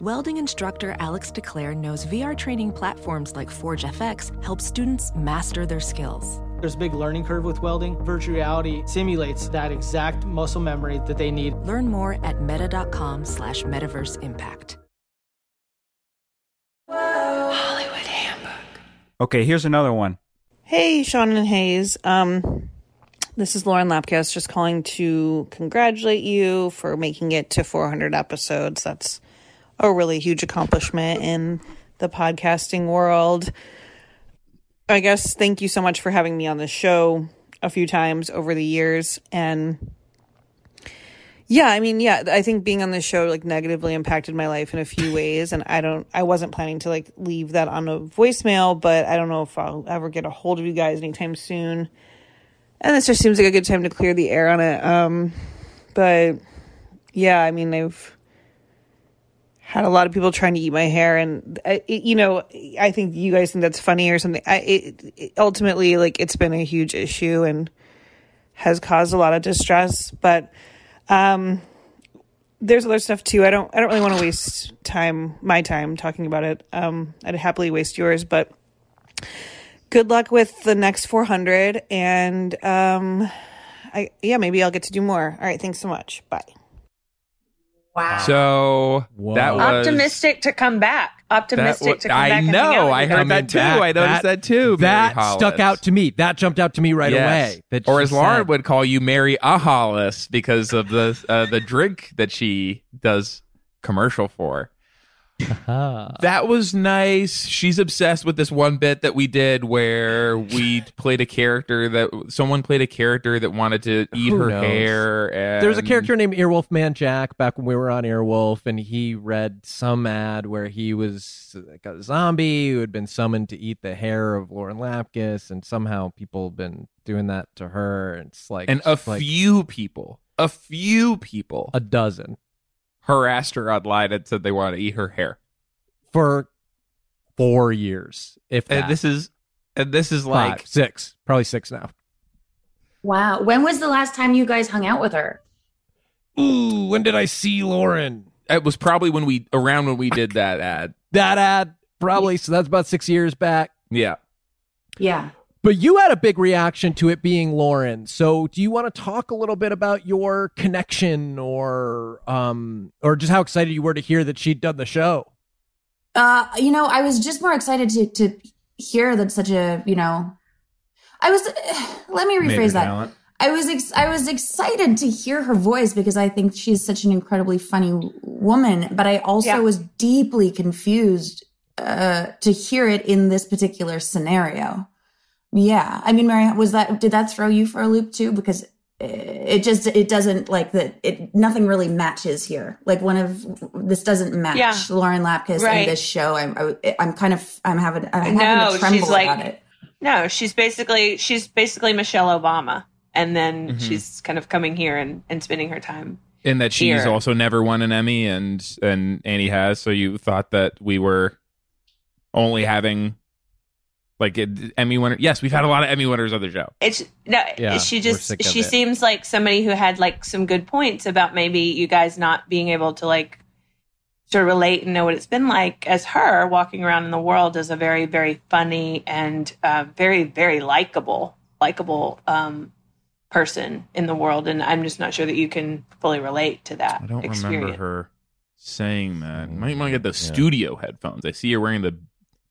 [SPEAKER 4] Welding instructor Alex DeClaire knows VR training platforms like Forge FX help students master their skills.
[SPEAKER 12] There's a big learning curve with welding. Virtual reality simulates that exact muscle memory that they need.
[SPEAKER 4] Learn more at meta.com slash metaverse impact.
[SPEAKER 7] Okay, here's another one.
[SPEAKER 13] Hey, Sean and Hayes. Um, this is Lauren Lapkus just calling to congratulate you for making it to 400 episodes. That's a really huge accomplishment in the podcasting world. I guess thank you so much for having me on the show a few times over the years. And yeah, I mean, yeah, I think being on the show like negatively impacted my life in a few ways. And I don't, I wasn't planning to like leave that on a voicemail, but I don't know if I'll ever get a hold of you guys anytime soon. And this just seems like a good time to clear the air on it. Um, but yeah, I mean, I've had a lot of people trying to eat my hair and I, it, you know i think you guys think that's funny or something i it, it- ultimately like it's been a huge issue and has caused a lot of distress but um there's other stuff too i don't i don't really want to waste time my time talking about it um i'd happily waste yours but good luck with the next 400 and um i yeah maybe i'll get to do more all right thanks so much bye
[SPEAKER 3] Wow. So that was
[SPEAKER 6] optimistic to come back. Optimistic
[SPEAKER 3] That wa-
[SPEAKER 6] to come
[SPEAKER 3] I
[SPEAKER 6] back. and hang
[SPEAKER 3] know,
[SPEAKER 6] out with
[SPEAKER 3] I
[SPEAKER 6] you guys.
[SPEAKER 3] heard that too. I noticed that too,
[SPEAKER 2] That
[SPEAKER 3] Mary
[SPEAKER 2] stuck
[SPEAKER 3] Hollis.
[SPEAKER 2] out to me. That jumped out to me right
[SPEAKER 3] Yes.
[SPEAKER 2] away. That
[SPEAKER 3] or
[SPEAKER 2] she
[SPEAKER 3] as Lauren
[SPEAKER 2] said-
[SPEAKER 3] would call you, Mary Ahollis, because of the uh, the drink that she does commercial for.
[SPEAKER 2] Uh-huh.
[SPEAKER 3] That was nice. She's obsessed with this one bit that we did where we played a character that someone played a character that wanted to eat
[SPEAKER 2] Who
[SPEAKER 3] her
[SPEAKER 2] knows?
[SPEAKER 3] hair. And
[SPEAKER 2] There was a character named Earwolf Man Jack back when we were on Earwolf, and he read some ad where he was like a zombie who had been summoned to eat the hair of Lauren Lapkus, and somehow people have been doing that to her. And it's like
[SPEAKER 3] and a
[SPEAKER 2] it's like
[SPEAKER 3] few people, a few people,
[SPEAKER 2] a dozen
[SPEAKER 3] harassed her online and said they want to eat her hair.
[SPEAKER 2] for four years. If
[SPEAKER 3] And
[SPEAKER 2] that.
[SPEAKER 3] this is and this is
[SPEAKER 2] Five,
[SPEAKER 3] like
[SPEAKER 2] six, probably six now.
[SPEAKER 9] Wow. When was the last time you guys hung out with her?
[SPEAKER 2] Ooh, when did I see Lauren?
[SPEAKER 3] It was probably when we around when we did that ad.
[SPEAKER 2] That ad probably so that's about six years back.
[SPEAKER 3] Yeah.
[SPEAKER 9] Yeah.
[SPEAKER 2] But you had a big reaction to it being Lauren. So do you want to talk a little bit about your connection or um or just how excited you were to hear that she'd done the show?
[SPEAKER 5] Uh,
[SPEAKER 9] you know, I was just more excited to to hear that such a you know, I was. *sighs* Let me
[SPEAKER 5] Major
[SPEAKER 9] rephrase that.
[SPEAKER 5] talent.
[SPEAKER 9] I was ex- I was excited to hear her voice because I think she's such an incredibly funny woman, but I also was deeply confused uh, to hear it in this particular scenario. Yeah, I mean, Mary, was that did that throw you for a loop too? Because uh, it just it doesn't like that. It nothing really matches here. Like one of this doesn't match
[SPEAKER 6] Yeah.
[SPEAKER 9] Lauren Lapkus
[SPEAKER 6] Right.
[SPEAKER 9] and this show. I'm I, I'm kind of I'm having I'm having
[SPEAKER 6] no,
[SPEAKER 9] to tremble
[SPEAKER 6] she's like
[SPEAKER 9] about it.
[SPEAKER 6] no, she's basically she's basically Michelle Obama, and then
[SPEAKER 3] Mm-hmm.
[SPEAKER 6] she's kind of coming here and and spending her time.
[SPEAKER 3] And that she's
[SPEAKER 6] Here.
[SPEAKER 3] also never won an Emmy and and Annie has, so you thought that we were only having like an Emmy winner. Yes, we've had a lot of Emmy winners on the show.
[SPEAKER 6] It's no,
[SPEAKER 3] Yeah,
[SPEAKER 6] she
[SPEAKER 3] we're
[SPEAKER 6] just
[SPEAKER 3] sick of
[SPEAKER 6] she
[SPEAKER 3] it.
[SPEAKER 6] seems like somebody who had like some good points about maybe you guys not being able to like to relate and know what it's been like as her walking around in the world as a very very funny and uh, very very likable likable um, person in the world, and I'm just not sure that you can fully relate to that.
[SPEAKER 3] I don't
[SPEAKER 6] experience.
[SPEAKER 2] Mm,
[SPEAKER 3] remember her saying that. Might want to get the studio headphones. I see you're wearing the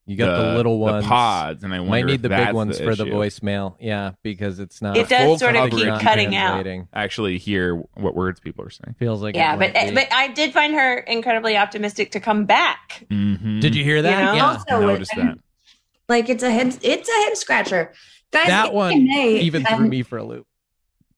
[SPEAKER 2] You got the, little ones.
[SPEAKER 3] the pods, and I
[SPEAKER 2] might
[SPEAKER 3] wonder if
[SPEAKER 2] need the big
[SPEAKER 3] that's
[SPEAKER 2] ones for the
[SPEAKER 3] issue.
[SPEAKER 2] voicemail. Yeah, because it's not.
[SPEAKER 6] It does
[SPEAKER 2] full
[SPEAKER 6] sort of keep
[SPEAKER 2] coverage
[SPEAKER 6] cutting out.
[SPEAKER 2] translating.
[SPEAKER 3] Actually, hear what words people are saying.
[SPEAKER 2] Feels like
[SPEAKER 6] yeah, but eh, but I did find her incredibly optimistic to come back.
[SPEAKER 3] Mm-hmm.
[SPEAKER 2] did you hear that?
[SPEAKER 6] You know?
[SPEAKER 2] Yeah,
[SPEAKER 6] Also, it-
[SPEAKER 2] Mm-hmm. noticed that.
[SPEAKER 5] Like it's a head, it's a head scratcher, guys.
[SPEAKER 2] that
[SPEAKER 5] if
[SPEAKER 2] one
[SPEAKER 5] I may,
[SPEAKER 2] even
[SPEAKER 5] um,
[SPEAKER 2] threw me for a loop.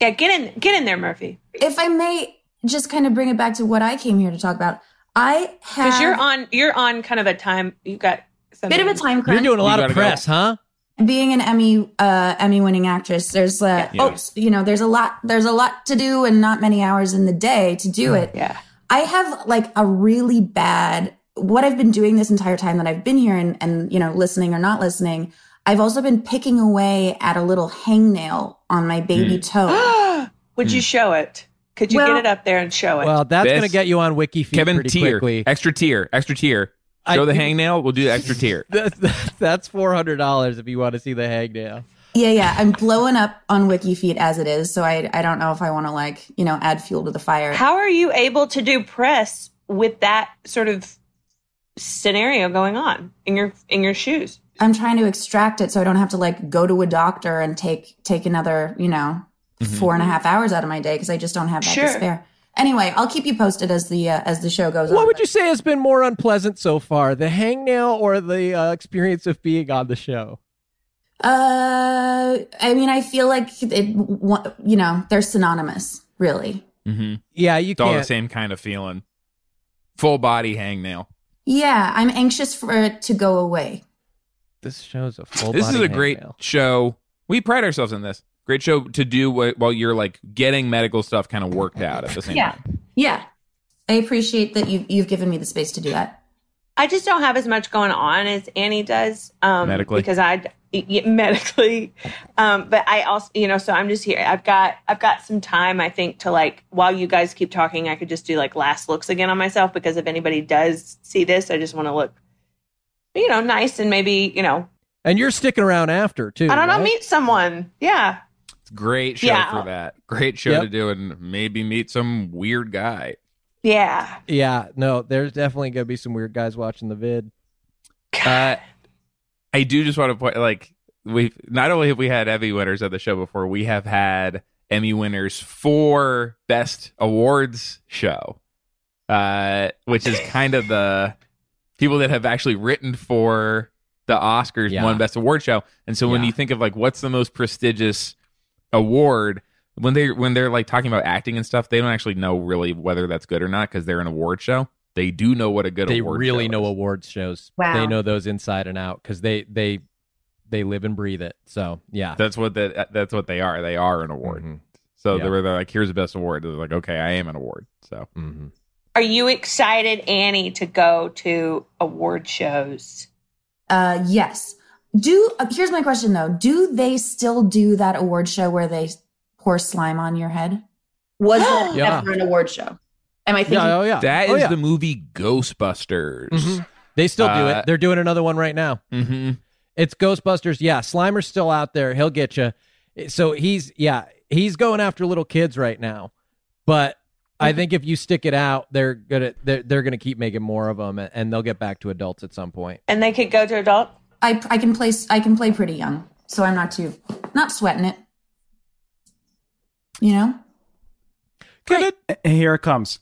[SPEAKER 6] Yeah, get in, get in there, Murphy.
[SPEAKER 5] If I may, just kind of bring it back to what I came here to talk about. I have
[SPEAKER 6] Because you're on, you're on kind of a time. You got some
[SPEAKER 5] Bit of a time You're crunch.
[SPEAKER 2] doing a lot of press, huh?
[SPEAKER 5] being an Emmy uh, Emmy winning actress, there's uh,
[SPEAKER 2] Yeah.
[SPEAKER 5] oh, you know, there's a lot there's a lot to do and not many hours in the day to do it.
[SPEAKER 6] Yeah.
[SPEAKER 5] I have like a really bad what I've been doing this entire time that I've been here and and you know, listening or not listening, I've also been picking away at a little hangnail on my baby
[SPEAKER 6] Mm.
[SPEAKER 5] toe.
[SPEAKER 6] Would you show it? *gasps* Could you
[SPEAKER 5] Well-
[SPEAKER 6] get it up there and show it?
[SPEAKER 2] Well, that's
[SPEAKER 3] This-
[SPEAKER 2] gonna get you on Wiki feed
[SPEAKER 3] Kevin
[SPEAKER 2] pretty
[SPEAKER 3] tier,
[SPEAKER 2] quickly.
[SPEAKER 3] extra tier, extra tier.
[SPEAKER 2] I-
[SPEAKER 3] Show the hangnail. We'll do the
[SPEAKER 2] *laughs*
[SPEAKER 3] extra tier.
[SPEAKER 2] That's, that's four hundred dollars if you want to see the hangnail.
[SPEAKER 5] Yeah, yeah. I'm blowing up on WikiFeed as it is, so I I don't know if I want to like, you know, add fuel to the fire.
[SPEAKER 6] How are you able to do press with that sort of scenario going on in your in your shoes?
[SPEAKER 5] I'm trying to extract it so I don't have to like go to a doctor and take take another, you know, four and a half hours out of my day because I just don't have that
[SPEAKER 2] Sure.
[SPEAKER 5] to spare. Anyway, I'll keep you posted as the uh, as the show goes on.
[SPEAKER 2] What would you say has been more unpleasant so far, the hangnail or the uh, experience of being on the show?
[SPEAKER 5] Uh, I mean, I feel like it, wa- you know, they're synonymous, really.
[SPEAKER 3] Mm-hmm.
[SPEAKER 2] Yeah, you
[SPEAKER 3] It's all the
[SPEAKER 2] can't-
[SPEAKER 3] same kind of feeling. Full body hangnail.
[SPEAKER 5] Yeah, I'm anxious for it to go away.
[SPEAKER 2] This show's a full.
[SPEAKER 3] this is a great show. We pride ourselves in this. Great show to do wh- while you're like getting medical stuff kind of worked out at the same
[SPEAKER 5] Yeah,
[SPEAKER 3] time.
[SPEAKER 5] yeah. I appreciate that you you've given me the space to do that.
[SPEAKER 6] I just don't have as much going on as Annie does um,
[SPEAKER 3] Medically.
[SPEAKER 6] because I yeah, medically, um, but I also you know so I'm just here. I've got I've got some time I think to like while you guys keep talking, I could just do like last looks again on myself because if anybody does see this, I just want to look you know nice and maybe you know
[SPEAKER 2] And you're sticking around after too.
[SPEAKER 6] I don't know
[SPEAKER 2] right?
[SPEAKER 6] meet someone. Yeah,
[SPEAKER 3] It's a great show
[SPEAKER 6] Yeah.
[SPEAKER 3] for that. Great show
[SPEAKER 2] Yep.
[SPEAKER 3] to do and maybe meet some weird guy.
[SPEAKER 6] yeah.
[SPEAKER 2] Yeah, no, there's definitely gonna be some weird guys watching the vid.
[SPEAKER 3] Uh, I do just want to point like we've not only have we had Emmy winners of the show before, we have had Emmy winners for best awards show, uh, which is kind of the people that have actually written for the Oscars
[SPEAKER 2] Yeah.
[SPEAKER 3] won best award show. And so when
[SPEAKER 2] Yeah.
[SPEAKER 3] you think of like what's the most prestigious award when they when they're like talking about acting and stuff, they don't actually know really whether that's good or not because they're an award show. They do know what a good
[SPEAKER 2] They
[SPEAKER 3] award
[SPEAKER 2] really
[SPEAKER 3] show
[SPEAKER 2] know awards shows.
[SPEAKER 3] Wow.
[SPEAKER 2] They know those inside and out because they they they live and breathe it. So yeah, Mm-hmm.
[SPEAKER 3] That's what that uh, that's what they are. They are an award. So they
[SPEAKER 2] Yeah.
[SPEAKER 3] were they're like, here's the best award. They're like, okay, I am an award. So mm.
[SPEAKER 6] Are you excited, Annie, to go to award shows?
[SPEAKER 5] Uh, yes. Do uh, here's my question though. Do they still do that award show where they pour slime on your head? *gasps*
[SPEAKER 9] Was that
[SPEAKER 3] Yeah.
[SPEAKER 9] ever an award show? Am I thinking?
[SPEAKER 3] That
[SPEAKER 2] Oh,
[SPEAKER 3] is
[SPEAKER 2] yeah. Mm-hmm.
[SPEAKER 3] the movie Ghostbusters.
[SPEAKER 2] they still do
[SPEAKER 3] Uh,
[SPEAKER 2] it. They're doing another one right now.
[SPEAKER 3] Mm-hmm.
[SPEAKER 2] It's Ghostbusters. Yeah, Slimer's still out there. He'll get you. So he's yeah he's going after little kids right now, but. I think if you stick it out, they're gonna they're, they're gonna keep making more of them, and they'll get back to adults at some point.
[SPEAKER 6] And they could go to adult.
[SPEAKER 5] I I can play I can play pretty young, so I'm not too not sweating it. You know.
[SPEAKER 7] And here it comes.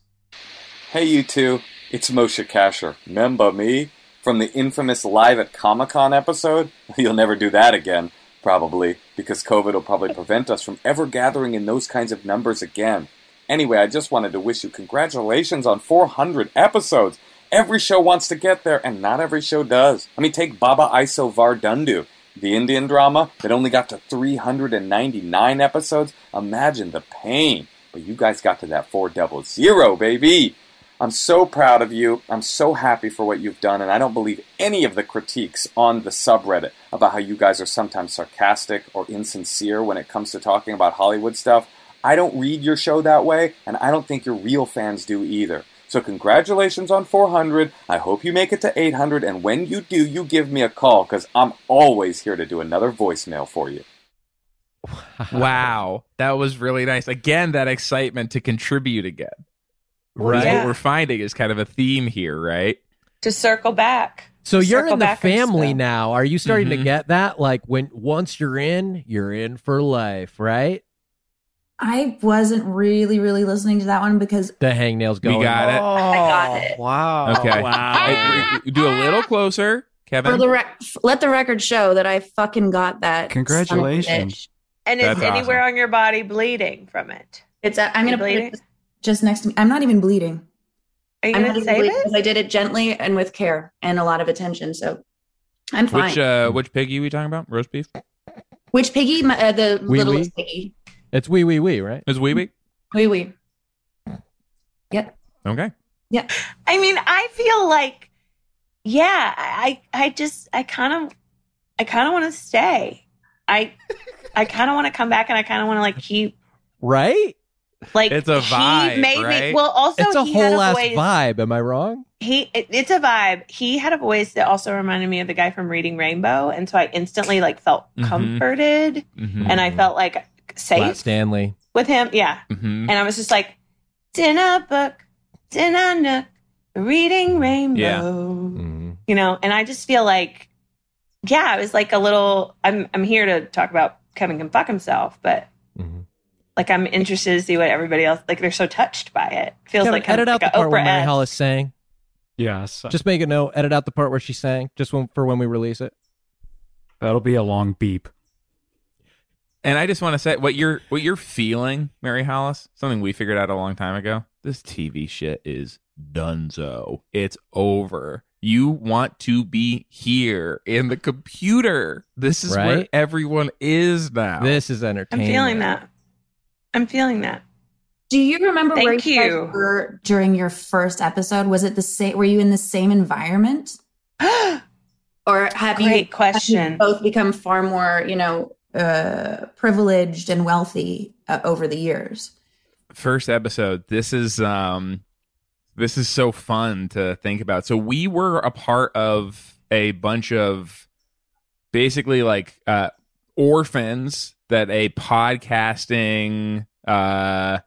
[SPEAKER 14] Hey, you two. It's Moshe Kasher. Remember me? From the infamous Live at Comic Con episode? *laughs* You'll never do that again, probably, because COVID will probably prevent us from ever gathering in those kinds of numbers again. Anyway, I just wanted to wish you congratulations on 400 episodes. Every show wants to get there, and not every show does. I mean, take Baba Iso Vardundu, the Indian drama that only got to 399 episodes. Imagine the pain. But you guys got to that 400, baby. I'm so proud of you. I'm so happy for what you've done, and I don't believe any of the critiques on the subreddit about how you guys are sometimes sarcastic or insincere when it comes to talking about Hollywood stuff. I don't read your show that way, and I don't think your real fans do either. So, congratulations on 400. I hope you make it to 800, and when you do, you give me a call because I'm always here to do another voicemail for you.
[SPEAKER 3] Uh, *laughs* wow, that was really nice. Again, that excitement to contribute again. Right,
[SPEAKER 6] Yeah.
[SPEAKER 3] what we're finding is kind of a theme here, right?
[SPEAKER 6] To circle back.
[SPEAKER 2] So you're
[SPEAKER 6] Circle
[SPEAKER 2] in the
[SPEAKER 6] back and
[SPEAKER 2] family
[SPEAKER 6] stuff. Mm-hmm.
[SPEAKER 2] now. Are you starting
[SPEAKER 10] Mhm.
[SPEAKER 2] to get that? Like when once you're in, you're in for life, right?
[SPEAKER 5] I wasn't really, really listening to that one because
[SPEAKER 2] The hangnails
[SPEAKER 3] We
[SPEAKER 2] going.
[SPEAKER 3] got it.
[SPEAKER 5] I got
[SPEAKER 6] Oh,
[SPEAKER 5] it.
[SPEAKER 7] Wow.
[SPEAKER 3] Okay.
[SPEAKER 7] Wow.
[SPEAKER 3] Hey, we- do a little closer,
[SPEAKER 5] For
[SPEAKER 3] Oh, Kevin.
[SPEAKER 5] the rec- let the record show that I fucking got that. son of a bitch.
[SPEAKER 6] And is
[SPEAKER 3] That's
[SPEAKER 6] anywhere on your body bleeding from it?
[SPEAKER 5] It's. a- I'm
[SPEAKER 6] You
[SPEAKER 5] gonna put
[SPEAKER 6] bleeding?
[SPEAKER 5] it just- just next to me. I'm not even bleeding.
[SPEAKER 6] Are you
[SPEAKER 5] I'm
[SPEAKER 6] gonna
[SPEAKER 5] not even
[SPEAKER 6] save
[SPEAKER 5] bleeding
[SPEAKER 6] it?
[SPEAKER 5] 'cause I did it gently and with care and a lot of attention. So I'm fine.
[SPEAKER 3] Which
[SPEAKER 5] Which,
[SPEAKER 3] uh, which piggy we talking about? Roast beef?
[SPEAKER 5] piggy? My, uh, the
[SPEAKER 3] Wee
[SPEAKER 5] littlest piggy.
[SPEAKER 2] It's wee wee wee, right?
[SPEAKER 3] Is wee wee?
[SPEAKER 5] Wee wee. Yep.
[SPEAKER 3] Okay.
[SPEAKER 5] Yeah.
[SPEAKER 6] I mean, I feel like, yeah, I, I just, I kind of, I kind of want to stay. I, I kind of want to come back, and I kind of want to like keep.
[SPEAKER 2] Right?
[SPEAKER 6] Like
[SPEAKER 2] it's a
[SPEAKER 6] vibe, made me- right? well, also,
[SPEAKER 2] it's a
[SPEAKER 6] he had
[SPEAKER 2] whole
[SPEAKER 6] a
[SPEAKER 2] ass
[SPEAKER 6] voice-
[SPEAKER 2] vibe. Am I wrong?
[SPEAKER 6] He, it, it's a vibe. He had a voice that also reminded me of the guy from Reading Rainbow, and so I instantly like felt
[SPEAKER 2] Mhm.
[SPEAKER 6] comforted,
[SPEAKER 2] Mhm.
[SPEAKER 6] and I felt like
[SPEAKER 2] Flat
[SPEAKER 6] safe
[SPEAKER 2] Stanley.
[SPEAKER 6] with him. Yeah,
[SPEAKER 3] Mm-hmm.
[SPEAKER 6] and I was just like, dinner book, dinner nook, reading rainbow. you know and i just feel like yeah it was like a little i'm i'm here to talk about kevin can fuck himself but like i'm interested to see what everybody else like they're so touched by it feels
[SPEAKER 2] Kevin,
[SPEAKER 6] like kind
[SPEAKER 2] edit
[SPEAKER 6] of
[SPEAKER 2] out
[SPEAKER 6] like
[SPEAKER 2] the
[SPEAKER 6] a
[SPEAKER 2] part where Mary
[SPEAKER 6] Oprah-esque.
[SPEAKER 2] Hollis sang.
[SPEAKER 7] Yes.
[SPEAKER 2] Just make a note. Edit out the part where she sang, just when, for when we release it.
[SPEAKER 7] That'll be a long beep.
[SPEAKER 3] And I just want to say what you're what you're feeling, Mary Hollis. Something we figured out a long time ago. This TV shit is donezo. It's over. You want to be here in the computer. This is where
[SPEAKER 2] Right?
[SPEAKER 3] everyone is now.
[SPEAKER 2] This is
[SPEAKER 6] i'm
[SPEAKER 2] entertainment.
[SPEAKER 6] feeling that i'm feeling that
[SPEAKER 5] Do you remember where
[SPEAKER 6] Thank
[SPEAKER 5] you, guys
[SPEAKER 6] you.
[SPEAKER 5] were during your first episode? Was it the same? Were you in the same
[SPEAKER 6] *gasps*
[SPEAKER 5] environment? or have you- have
[SPEAKER 6] Great
[SPEAKER 5] you
[SPEAKER 6] question.
[SPEAKER 5] both become far more, you know, uh, privileged and wealthy uh, over the years?
[SPEAKER 3] first episode this is um this is so fun to think about so we were a part of a bunch of basically like uh orphans that a podcasting uh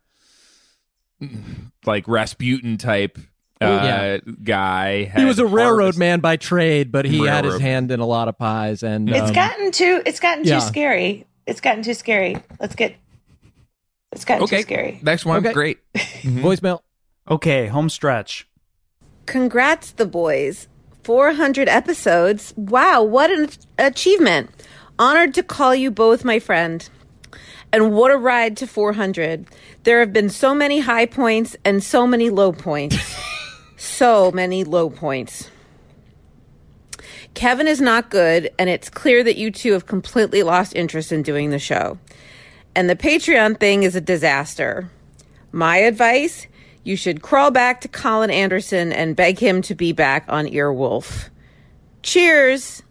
[SPEAKER 3] like rasputin type uh
[SPEAKER 2] Yeah.
[SPEAKER 3] guy
[SPEAKER 2] He *laughs*
[SPEAKER 3] had
[SPEAKER 2] was a railroad
[SPEAKER 3] harvest-
[SPEAKER 2] man by trade, but he had his
[SPEAKER 3] Railroad.
[SPEAKER 2] hand in a lot of pies. And
[SPEAKER 6] it's
[SPEAKER 2] um,
[SPEAKER 6] gotten too it's gotten
[SPEAKER 2] yeah.
[SPEAKER 6] too scary it's gotten too scary let's get it's gotten too scary
[SPEAKER 3] next one
[SPEAKER 7] Okay.
[SPEAKER 3] great Mm-hmm.
[SPEAKER 2] voicemail.
[SPEAKER 7] Okay, home stretch.
[SPEAKER 15] Congrats, the boys. 400 episodes. Wow, what an achievement. Honored to call you both my friend. And what a ride to 400. There have been so many high points and so many low points. so many low points. Kevin is not good, and it's clear that you two have completely lost interest in doing the show. And the Patreon thing is a disaster. My advice you should crawl back to Colin Anderson and beg him to be back on Earwolf. Cheers.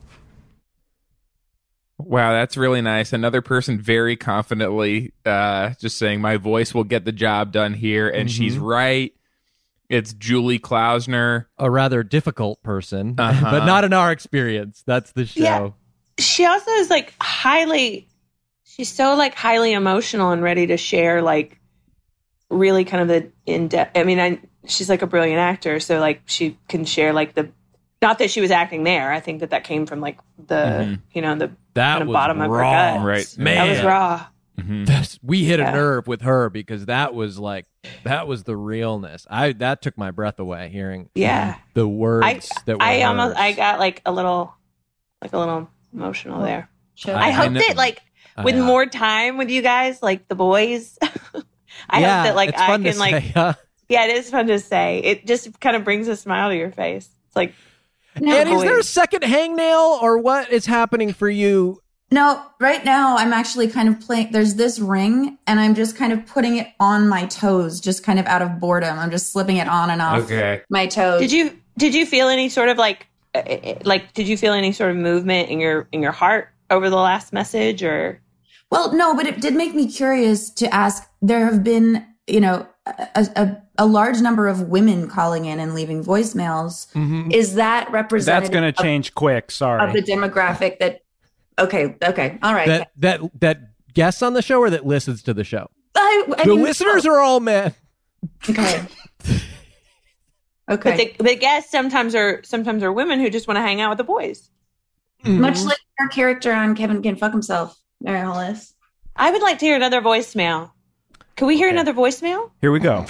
[SPEAKER 3] Wow, that's really nice. Another person very confidently uh, just saying, My voice will get the job done here. And she's right. It's Julie Klausner.
[SPEAKER 2] A rather difficult person, *laughs*
[SPEAKER 3] Uh-huh.
[SPEAKER 2] but not in our experience. That's the show.
[SPEAKER 6] Yeah. she also is like highly she's so like highly emotional and ready to share like really kind of the in-depth i mean I, she's like a brilliant actor so like she can share like the not that she was acting there i think that that came from like the
[SPEAKER 3] Mhm.
[SPEAKER 6] you know the
[SPEAKER 2] That
[SPEAKER 6] kind of
[SPEAKER 2] was
[SPEAKER 6] bottom of her
[SPEAKER 2] raw.
[SPEAKER 6] gut
[SPEAKER 3] Right. Mm-hmm.
[SPEAKER 2] Man.
[SPEAKER 6] that was raw
[SPEAKER 2] That's- we hit
[SPEAKER 6] Yeah.
[SPEAKER 2] a nerve with her because that was like that was the realness. I that took my breath away hearing
[SPEAKER 6] Yeah.
[SPEAKER 2] the words
[SPEAKER 6] i
[SPEAKER 2] that were
[SPEAKER 6] i almost
[SPEAKER 2] hers.
[SPEAKER 6] i got like a little like a little emotional there
[SPEAKER 2] Sure.
[SPEAKER 6] i,
[SPEAKER 2] I-
[SPEAKER 6] hope
[SPEAKER 2] I know-
[SPEAKER 6] that like
[SPEAKER 2] I
[SPEAKER 6] with
[SPEAKER 2] know.
[SPEAKER 6] more time with you guys like the boys i
[SPEAKER 2] Yeah,
[SPEAKER 6] hope that like
[SPEAKER 2] it's
[SPEAKER 6] i
[SPEAKER 2] fun
[SPEAKER 6] can
[SPEAKER 2] to
[SPEAKER 6] like
[SPEAKER 2] say, *laughs* huh?
[SPEAKER 6] Yeah, it is fun to say. It just kind of brings a smile to your face. It's like, oh, no,
[SPEAKER 2] and is there a
[SPEAKER 6] boys.
[SPEAKER 2] second hangnail or what is happening for you?
[SPEAKER 5] No, right now I'm actually kind of playing. There's this ring, and I'm just kind of putting it on my toes, just kind of out of boredom. I'm just slipping it on and off my toes.
[SPEAKER 6] did you did you feel any sort of like uh, uh, like did you feel any sort of movement in your in your heart over the last message or
[SPEAKER 5] Well, no, but it did make me curious to ask. There have been, you know, a, a, a large number of women calling in and leaving voicemails.
[SPEAKER 2] Mm-hmm.
[SPEAKER 5] Is that
[SPEAKER 7] That's
[SPEAKER 5] representative?
[SPEAKER 7] going to
[SPEAKER 5] of-
[SPEAKER 7] change quick. Sorry.
[SPEAKER 5] of the demographic that. Okay. Okay. All right.
[SPEAKER 2] That that that guests on the show or that listens to the show?
[SPEAKER 5] I, I
[SPEAKER 2] the
[SPEAKER 5] mean,
[SPEAKER 2] listeners are all men.
[SPEAKER 5] Okay. Okay.
[SPEAKER 6] But the, the guests sometimes are sometimes are women who just want to hang out with the boys.
[SPEAKER 3] Mm-hmm.
[SPEAKER 5] Much like our character on Kevin Can Fuck Himself, Mary Hollis.
[SPEAKER 6] I would like to hear another voicemail. Can we hear another voicemail?
[SPEAKER 7] Here we go.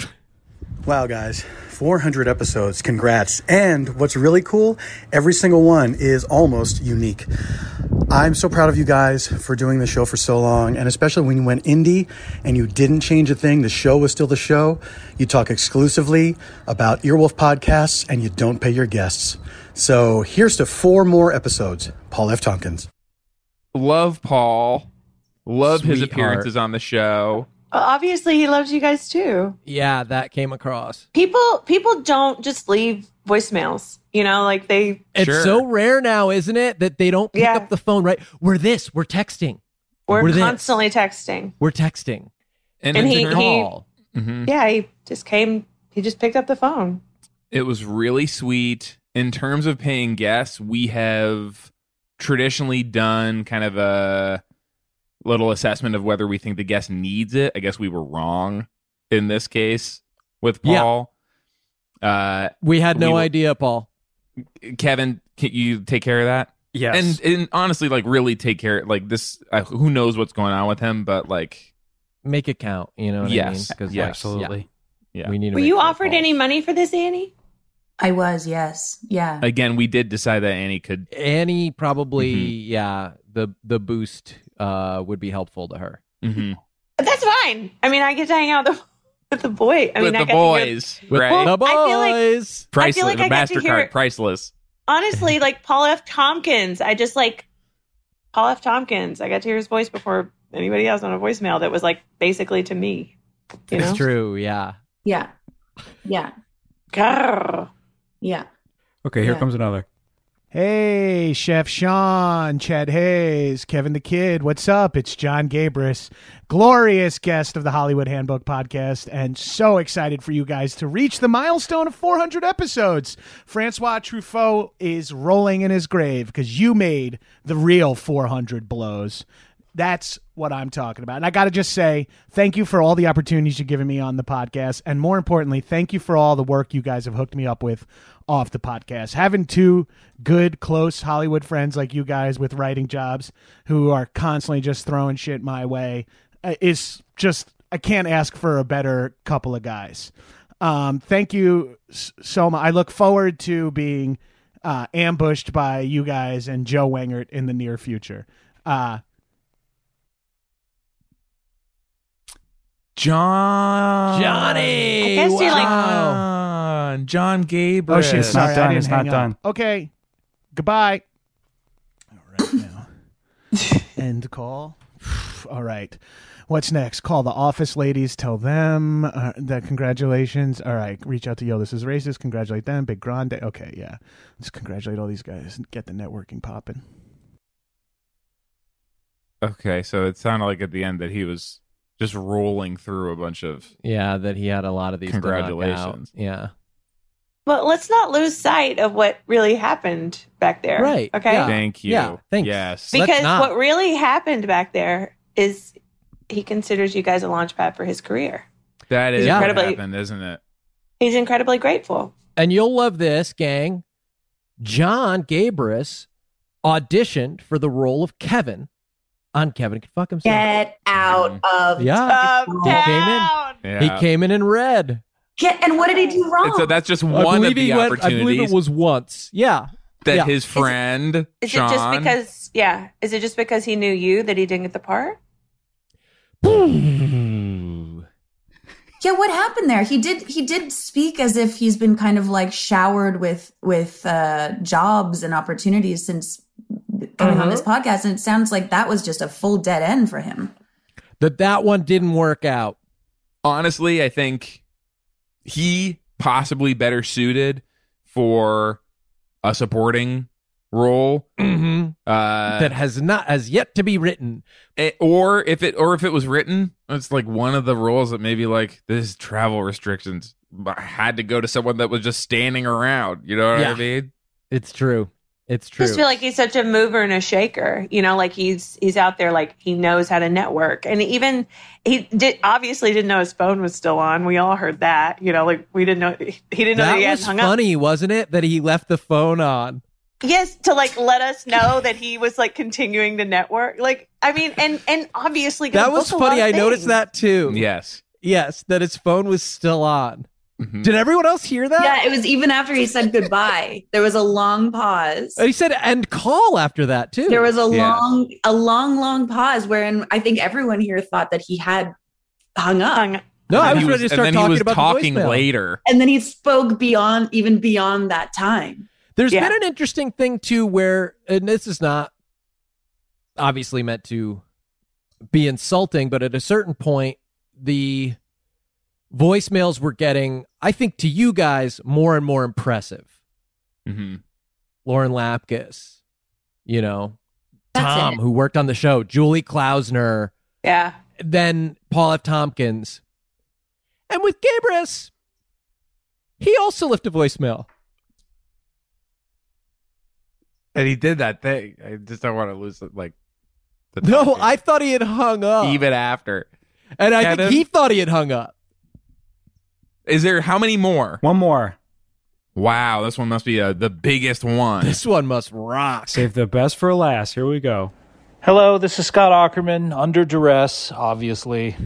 [SPEAKER 16] Wow, guys. 400 episodes. Congrats. And what's really cool, every single one is almost unique. I'm so proud of you guys for doing the show for so long, and especially when you went indie and you didn't change a thing. The show was still the show. You talk exclusively about Earwolf podcasts and you don't pay your guests. So here's to four more episodes. Paul F. Tompkins.
[SPEAKER 3] Love Paul. Love his
[SPEAKER 2] Sweetheart.
[SPEAKER 3] appearances on the show.
[SPEAKER 6] Well, obviously, he loves you guys too.
[SPEAKER 2] Yeah, that came across.
[SPEAKER 6] People people don't just leave voicemails. You know, like they.
[SPEAKER 2] It's so rare now, isn't it, that they don't pick up the phone, right? We're this, we're texting.
[SPEAKER 6] We're,
[SPEAKER 2] We're this.
[SPEAKER 6] constantly texting.
[SPEAKER 2] We're texting.
[SPEAKER 3] And,
[SPEAKER 6] And
[SPEAKER 3] it's
[SPEAKER 6] he-
[SPEAKER 3] a
[SPEAKER 6] he-
[SPEAKER 3] call. Mhm.
[SPEAKER 6] Yeah, he just came. He just picked up the phone.
[SPEAKER 3] It was really sweet. In terms of paying guests, we have traditionally done kind of a little assessment of whether we think the guest needs it. I guess we were wrong in this case with
[SPEAKER 2] Yeah.
[SPEAKER 3] Paul. Uh,
[SPEAKER 2] We had no
[SPEAKER 3] we-
[SPEAKER 2] idea, Paul.
[SPEAKER 3] Kevin, can you take care of that?
[SPEAKER 2] Yes.
[SPEAKER 3] And and honestly, like really take care. Like this, I, who knows what's going on with him? But like,
[SPEAKER 2] Make it count, you know what
[SPEAKER 3] yes,
[SPEAKER 2] I mean? 'Cause, like,
[SPEAKER 3] yes,
[SPEAKER 2] yeah,
[SPEAKER 3] Yeah.
[SPEAKER 2] We need to
[SPEAKER 6] Were
[SPEAKER 2] make
[SPEAKER 6] you
[SPEAKER 2] sure
[SPEAKER 6] offered
[SPEAKER 2] Paul-
[SPEAKER 6] any money for this, Annie?
[SPEAKER 5] I was, yes. Yeah.
[SPEAKER 3] Again, we did decide that Annie could. Mm-hmm.
[SPEAKER 2] Annie probably yeah, the the boost uh would be helpful to her.
[SPEAKER 3] Mm-hmm.
[SPEAKER 6] That's fine. I mean, I get to hang out with the, *laughs* with the boy. I mean,
[SPEAKER 3] with
[SPEAKER 6] I got
[SPEAKER 3] the
[SPEAKER 6] to hear-
[SPEAKER 3] boys, right?
[SPEAKER 2] the boys.
[SPEAKER 6] I feel like
[SPEAKER 3] priceless,
[SPEAKER 6] like I got to
[SPEAKER 3] Mastercard,
[SPEAKER 6] hear-
[SPEAKER 3] priceless.
[SPEAKER 6] honestly, like Paul F. Tompkins, I just like Paul F. Tompkins. I got to hear his voice before anybody else on a voicemail that was like basically to me. You know?
[SPEAKER 2] It's true, yeah.
[SPEAKER 5] Yeah. Yeah.
[SPEAKER 6] Grr.
[SPEAKER 5] Yeah.
[SPEAKER 7] Okay, here
[SPEAKER 5] Yeah.
[SPEAKER 7] comes another.
[SPEAKER 17] Hey, Chef Sean, Chad Hayes, Kevin the Kid, what's up? It's John Gabris, glorious guest of the Hollywood Handbook podcast, and so excited for you guys to reach the milestone of 400 episodes. Francois Truffaut is rolling in his grave because you made the real 400 blows. That's what I'm talking about. And I got to just say, thank you for all the opportunities you've given me on the podcast. And more importantly, thank you for all the work you guys have hooked me up with off the podcast. Having two good, close Hollywood friends like you guys with writing jobs who are constantly just throwing shit my way uh, is just, I can't ask for a better couple of guys. Um, thank you s- so much. I look forward to being uh, ambushed by you guys and Joe Wangert in the near future. Uh,
[SPEAKER 3] John
[SPEAKER 17] Johnny!
[SPEAKER 6] I guess you like.
[SPEAKER 3] John, John Gabriel.
[SPEAKER 17] Oh shit!
[SPEAKER 7] It's
[SPEAKER 17] sorry,
[SPEAKER 7] not done,
[SPEAKER 17] I didn't
[SPEAKER 7] it's not
[SPEAKER 17] hang
[SPEAKER 7] done.
[SPEAKER 17] Up. Okay,
[SPEAKER 6] *laughs*
[SPEAKER 17] goodbye. All right now. End call. *sighs* All right. What's next? Call the office ladies. Tell them uh, that congratulations. All right. Reach out to yo. This is racist. Congratulate them. Big grande. Okay. Yeah. Let's congratulate all these guys and get the networking popping.
[SPEAKER 3] Okay, so it sounded like at the end that he was just rolling through a bunch of
[SPEAKER 2] Yeah, that he had a lot of these to knock out.
[SPEAKER 3] Congratulations.
[SPEAKER 2] Yeah.
[SPEAKER 6] But let's not lose sight of what really happened back there.
[SPEAKER 2] Right.
[SPEAKER 6] Okay.
[SPEAKER 2] Yeah.
[SPEAKER 3] thank you.
[SPEAKER 2] Yeah, thanks.
[SPEAKER 3] Yes.
[SPEAKER 6] Because what really happened back there is he considers you guys a launch pad for his career.
[SPEAKER 3] that is
[SPEAKER 2] Yeah.
[SPEAKER 3] what
[SPEAKER 2] Incredibly-
[SPEAKER 3] happened, isn't it?
[SPEAKER 6] He's incredibly grateful.
[SPEAKER 2] And you'll love this, gang. John Gabris auditioned for the role of Kevin on Kevin Could Fuck Himself.
[SPEAKER 5] Get out of
[SPEAKER 2] Yeah.
[SPEAKER 5] town.
[SPEAKER 2] Mm. He came in. He came in in red.
[SPEAKER 5] Get and what did he do wrong?
[SPEAKER 3] And so that's just
[SPEAKER 2] I
[SPEAKER 3] one of
[SPEAKER 2] believe he
[SPEAKER 3] the
[SPEAKER 2] went- I believe
[SPEAKER 3] opportunities
[SPEAKER 2] it was once. Yeah.
[SPEAKER 3] that
[SPEAKER 2] yeah.
[SPEAKER 3] his friend
[SPEAKER 6] Is
[SPEAKER 3] Sean.
[SPEAKER 6] it just because? Yeah. Is it just because he knew you that he didn't get the part?
[SPEAKER 5] Yeah, what happened there? He did he did speak as if he's been kind of like showered with with uh jobs and opportunities since coming on
[SPEAKER 3] Mm-hmm.
[SPEAKER 2] Mhm.
[SPEAKER 5] this podcast and it sounds like that was just a full dead end for him.
[SPEAKER 2] That that one didn't work out.
[SPEAKER 3] honestly, I think he possibly better suited for a supporting role
[SPEAKER 2] Mhm.
[SPEAKER 3] uh,
[SPEAKER 2] that has not has yet to be written.
[SPEAKER 3] it- or if it or if it was written, it's like one of the roles that maybe like this travel restrictions I had to go to someone that was just standing around. You know what I
[SPEAKER 2] Yeah.
[SPEAKER 3] mean?
[SPEAKER 2] It's true. It's
[SPEAKER 6] I
[SPEAKER 2] true.
[SPEAKER 6] just feel like he's such a mover and a shaker. You know, like he's he's out there, like he knows how to network, and even he did obviously didn't know his phone was still on. We all heard that. You know, like we didn't know he didn't know that,
[SPEAKER 2] that
[SPEAKER 6] he
[SPEAKER 2] was
[SPEAKER 6] hadn't hung up.
[SPEAKER 2] funny, wasn't it? That he left the phone on.
[SPEAKER 6] Yes, to like let us know that he was like continuing to network. Like I mean, and and obviously gonna
[SPEAKER 2] That was
[SPEAKER 6] book a lot
[SPEAKER 2] funny.
[SPEAKER 6] of
[SPEAKER 2] I noticed
[SPEAKER 6] things.
[SPEAKER 2] that too.
[SPEAKER 3] Yes.
[SPEAKER 2] Yes, Mm-hmm. that his phone was still on. Did everyone else hear that?
[SPEAKER 5] Yeah, it was even after he said goodbye. there was a long pause.
[SPEAKER 2] And he said and call after that too.
[SPEAKER 5] There was a
[SPEAKER 2] Yeah.
[SPEAKER 5] long, a long, long pause wherein I think everyone here thought that he had hung up.
[SPEAKER 2] No, I
[SPEAKER 3] And
[SPEAKER 2] was
[SPEAKER 3] he
[SPEAKER 2] ready to start
[SPEAKER 3] and then
[SPEAKER 2] talking
[SPEAKER 3] he was
[SPEAKER 2] about the
[SPEAKER 3] talking
[SPEAKER 2] voicemail.
[SPEAKER 3] later.
[SPEAKER 5] And then he spoke beyond, even beyond that time.
[SPEAKER 2] There's been an interesting thing too where and this is not obviously meant to be insulting, but at a certain point the voicemails were getting, I think to you guys, more and more impressive.
[SPEAKER 3] Mm-hmm.
[SPEAKER 2] Lauren Lapkus, you know,
[SPEAKER 6] That's
[SPEAKER 2] Tom,
[SPEAKER 6] it.
[SPEAKER 2] who worked on the show, Julie Klausner,
[SPEAKER 6] Yeah.
[SPEAKER 2] then Paul F. Tompkins. And with Gabris, he also left a voicemail.
[SPEAKER 3] And he did that thing. I just don't want to lose it. Like
[SPEAKER 2] No, I thought he had hung up.
[SPEAKER 3] even after.
[SPEAKER 2] and I
[SPEAKER 3] Kevin?
[SPEAKER 2] think he thought he had hung up.
[SPEAKER 3] Is there how many more?
[SPEAKER 7] One more.
[SPEAKER 3] Wow, this one must be uh, the biggest one.
[SPEAKER 2] This one must rock.
[SPEAKER 7] Save the best for last. Here we go.
[SPEAKER 18] Hello, this is Scott Ackerman, under duress, obviously.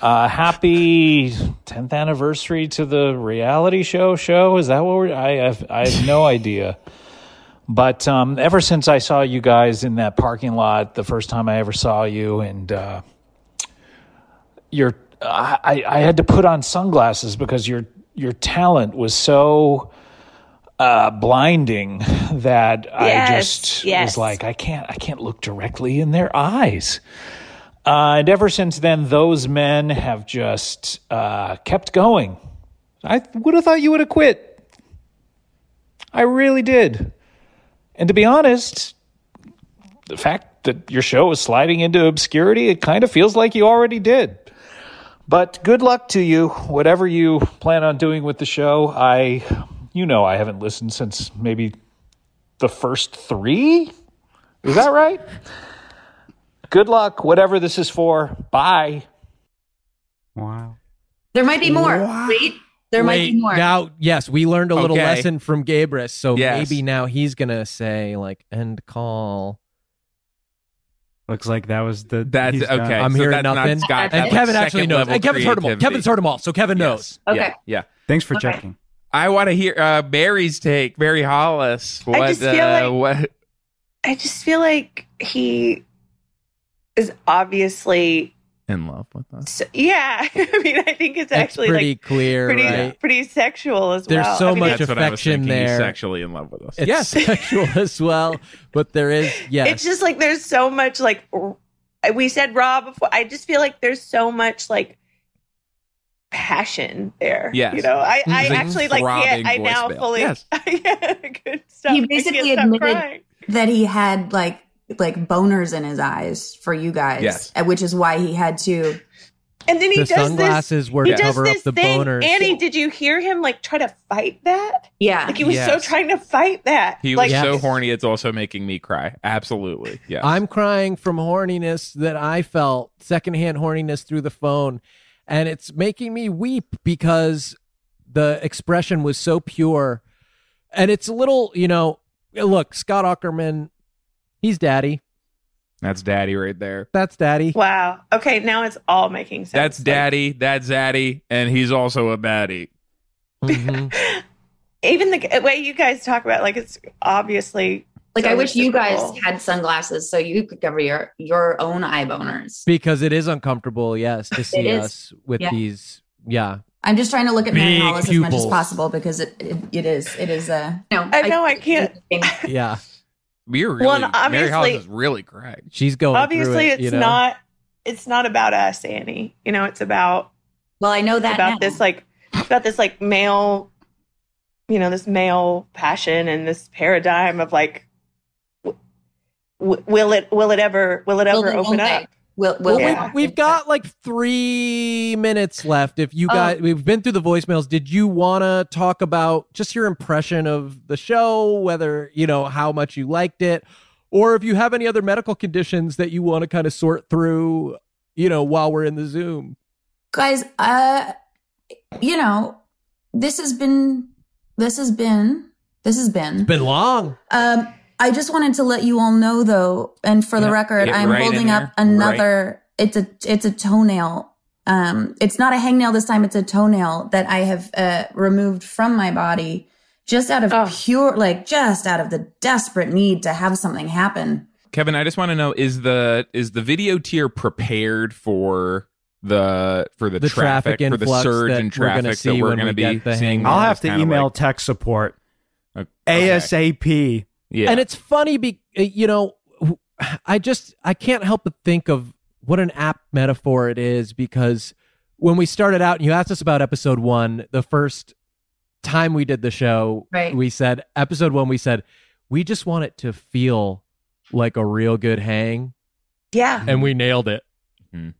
[SPEAKER 18] Uh, happy 10th anniversary to the reality show show. Is that what we're, I have, I have no idea. But um, ever since I saw you guys in that parking lot, the first time I ever saw you, and uh, your, I, I- I had to put on sunglasses because your your talent was so uh, blinding that I
[SPEAKER 19] Yes,
[SPEAKER 18] just
[SPEAKER 19] yes.
[SPEAKER 18] was like, I can't, I can't look directly in their eyes. Uh, and ever since then, those men have just uh, kept going. I would have thought you would have quit. I really did. And to be honest, the fact that your show is sliding into obscurity, it kind of feels like you already did. But good luck to you, whatever you plan on doing with the show. I, you know, I haven't listened since maybe the first three. Is that right? good luck, whatever this is for. Bye.
[SPEAKER 7] Wow.
[SPEAKER 5] There might be more. Wait, there might be
[SPEAKER 2] Wait,
[SPEAKER 5] more.
[SPEAKER 2] Now, yes, we learned a little
[SPEAKER 3] Okay.
[SPEAKER 2] lesson from Gabris, so
[SPEAKER 3] Yes.
[SPEAKER 2] maybe now he's gonna say like end call.
[SPEAKER 7] Looks like that was the.
[SPEAKER 3] That's
[SPEAKER 7] he's done.
[SPEAKER 3] okay.
[SPEAKER 7] *laughs*
[SPEAKER 2] I'm
[SPEAKER 3] so
[SPEAKER 2] hearing
[SPEAKER 3] that's not
[SPEAKER 2] nothing.
[SPEAKER 3] Scott,
[SPEAKER 2] and
[SPEAKER 3] that's
[SPEAKER 2] Kevin
[SPEAKER 3] like
[SPEAKER 2] actually
[SPEAKER 3] second
[SPEAKER 2] knows.
[SPEAKER 3] level
[SPEAKER 2] And Kevin's heard them all.
[SPEAKER 3] creativity.
[SPEAKER 2] Kevin's heard them all, so Kevin knows.
[SPEAKER 3] Yeah, Yeah.
[SPEAKER 7] Thanks for
[SPEAKER 3] Okay.
[SPEAKER 7] checking.
[SPEAKER 3] I want to hear uh, Barry's take. Barry Hollis. What?
[SPEAKER 6] just feel
[SPEAKER 3] uh,
[SPEAKER 6] like-
[SPEAKER 3] what?
[SPEAKER 6] I just feel like he is obviously
[SPEAKER 3] In love with us.
[SPEAKER 6] so, yeah. *laughs* I mean, I think it's
[SPEAKER 2] That's
[SPEAKER 6] actually
[SPEAKER 2] pretty
[SPEAKER 6] like
[SPEAKER 2] clear,
[SPEAKER 6] pretty
[SPEAKER 2] right?
[SPEAKER 6] pretty sexual as
[SPEAKER 2] There's
[SPEAKER 6] well.
[SPEAKER 3] Oh,
[SPEAKER 2] so
[SPEAKER 6] I mean,
[SPEAKER 2] much
[SPEAKER 3] That's what I was
[SPEAKER 2] affection
[SPEAKER 3] thinking. He's
[SPEAKER 2] there.
[SPEAKER 3] sexually in love with us.
[SPEAKER 2] It's
[SPEAKER 3] Yes.
[SPEAKER 2] sexual as well, but there is yes.
[SPEAKER 6] It's just like there's so much like r- we said raw before. I just feel like there's so much like passion there.
[SPEAKER 5] Yes.
[SPEAKER 6] You know, I, I
[SPEAKER 5] He's, like,
[SPEAKER 6] actually like
[SPEAKER 5] throbbing
[SPEAKER 6] can't, I now
[SPEAKER 5] voicemail.
[SPEAKER 6] fully
[SPEAKER 5] Yes.
[SPEAKER 6] yeah, good stuff.
[SPEAKER 5] he basically
[SPEAKER 6] I can't stop
[SPEAKER 5] admitted
[SPEAKER 6] crying.
[SPEAKER 5] that he had like like boners in his eyes for you guys,
[SPEAKER 2] Yes.
[SPEAKER 5] and which is why he had to.
[SPEAKER 6] And then he
[SPEAKER 2] The
[SPEAKER 6] does
[SPEAKER 2] sunglasses
[SPEAKER 6] this,
[SPEAKER 2] were
[SPEAKER 6] he
[SPEAKER 2] to
[SPEAKER 6] does
[SPEAKER 2] cover up
[SPEAKER 6] this
[SPEAKER 2] the
[SPEAKER 6] thing.
[SPEAKER 2] boners.
[SPEAKER 6] Annie, did you hear him like try to fight that?
[SPEAKER 5] Yeah.
[SPEAKER 6] Like he was so
[SPEAKER 3] Yes.
[SPEAKER 6] trying to fight that.
[SPEAKER 3] He was
[SPEAKER 6] like,
[SPEAKER 3] so horny. It's also making me cry. Absolutely. Yeah.
[SPEAKER 2] I'm crying from horniness that I felt, secondhand horniness through the phone. And it's making me weep because the expression was so pure. And it's a little, you know, look, Scott Ackerman, he's daddy.
[SPEAKER 3] That's daddy right there.
[SPEAKER 2] That's daddy.
[SPEAKER 6] Wow. Okay, now it's all making sense.
[SPEAKER 3] That's daddy. That's zaddy. And he's also a baddie.
[SPEAKER 6] Even the g- way you guys talk about like it's obviously
[SPEAKER 5] Like
[SPEAKER 6] so
[SPEAKER 5] I wish you guys
[SPEAKER 6] reciprocal.
[SPEAKER 5] had sunglasses so you could cover your your own eye boners.
[SPEAKER 2] Because it is uncomfortable, yes, to see
[SPEAKER 5] is.
[SPEAKER 2] us with
[SPEAKER 5] Yeah.
[SPEAKER 2] these. Yeah.
[SPEAKER 5] I'm just trying to look at Mary
[SPEAKER 2] Big
[SPEAKER 5] Hollis as much as
[SPEAKER 2] pupils.
[SPEAKER 5] possible because it, it, it is it is uh, a no.
[SPEAKER 6] I know I can't.
[SPEAKER 5] *laughs*
[SPEAKER 2] Yeah.
[SPEAKER 3] You're really,
[SPEAKER 6] Well, and
[SPEAKER 3] Mary Hollis
[SPEAKER 6] obviously-
[SPEAKER 3] is really crying.
[SPEAKER 2] She's going
[SPEAKER 6] obviously it's not it's not about us, Annie. You know, it's about
[SPEAKER 5] Well, I know that
[SPEAKER 6] about
[SPEAKER 5] now.
[SPEAKER 6] this like it's about this like male you know, this male passion and this paradigm of like w- w- will it will it ever will it
[SPEAKER 5] Will it
[SPEAKER 6] ever open
[SPEAKER 5] won't
[SPEAKER 6] up?
[SPEAKER 5] they? Will,
[SPEAKER 2] Well,
[SPEAKER 5] will
[SPEAKER 2] we've, we've got like three minutes left. If you got, we've been through the voicemails. Did you want to talk about just your impression of the show, whether, you know, how much you liked it, or if you have any other medical conditions that you want to kind of sort through, you know, while we're in the Zoom?
[SPEAKER 5] guys uh you know this has been this has been this has been
[SPEAKER 2] Been long.
[SPEAKER 5] um i just wanted to let you all know though and for the
[SPEAKER 2] Yeah,
[SPEAKER 5] record
[SPEAKER 2] get
[SPEAKER 5] i'm
[SPEAKER 2] right in
[SPEAKER 5] holding up
[SPEAKER 2] there.
[SPEAKER 5] another it's a it's a toenail um it's not a hangnail this time it's a toenail that i have uh removed from my body just out of pure like just out of the desperate need to have something happen
[SPEAKER 3] Kevin, I just want to know is the is the video tier prepared for the for the,
[SPEAKER 2] The traffic
[SPEAKER 3] for the
[SPEAKER 2] influx
[SPEAKER 3] surge
[SPEAKER 2] that
[SPEAKER 3] in
[SPEAKER 2] we're gonna
[SPEAKER 3] traffic
[SPEAKER 2] see
[SPEAKER 3] that we're
[SPEAKER 2] when
[SPEAKER 3] going to
[SPEAKER 2] we
[SPEAKER 3] be
[SPEAKER 2] get the
[SPEAKER 3] seeing?
[SPEAKER 2] hang-
[SPEAKER 7] I'll
[SPEAKER 3] more
[SPEAKER 7] have
[SPEAKER 3] is
[SPEAKER 7] to
[SPEAKER 3] kinda
[SPEAKER 7] email
[SPEAKER 3] like-
[SPEAKER 7] tech support.
[SPEAKER 3] okay.
[SPEAKER 7] ASAP.
[SPEAKER 3] Yeah.
[SPEAKER 2] And it's funny, be, uh, you know, I just I can't help but think of what an apt metaphor it is because when we started out, and you asked us about episode one, the first time we did the show,
[SPEAKER 5] Right.
[SPEAKER 2] we said episode one, we said we just want it to feel like a real good hang,
[SPEAKER 5] yeah
[SPEAKER 2] and we nailed it.
[SPEAKER 5] and,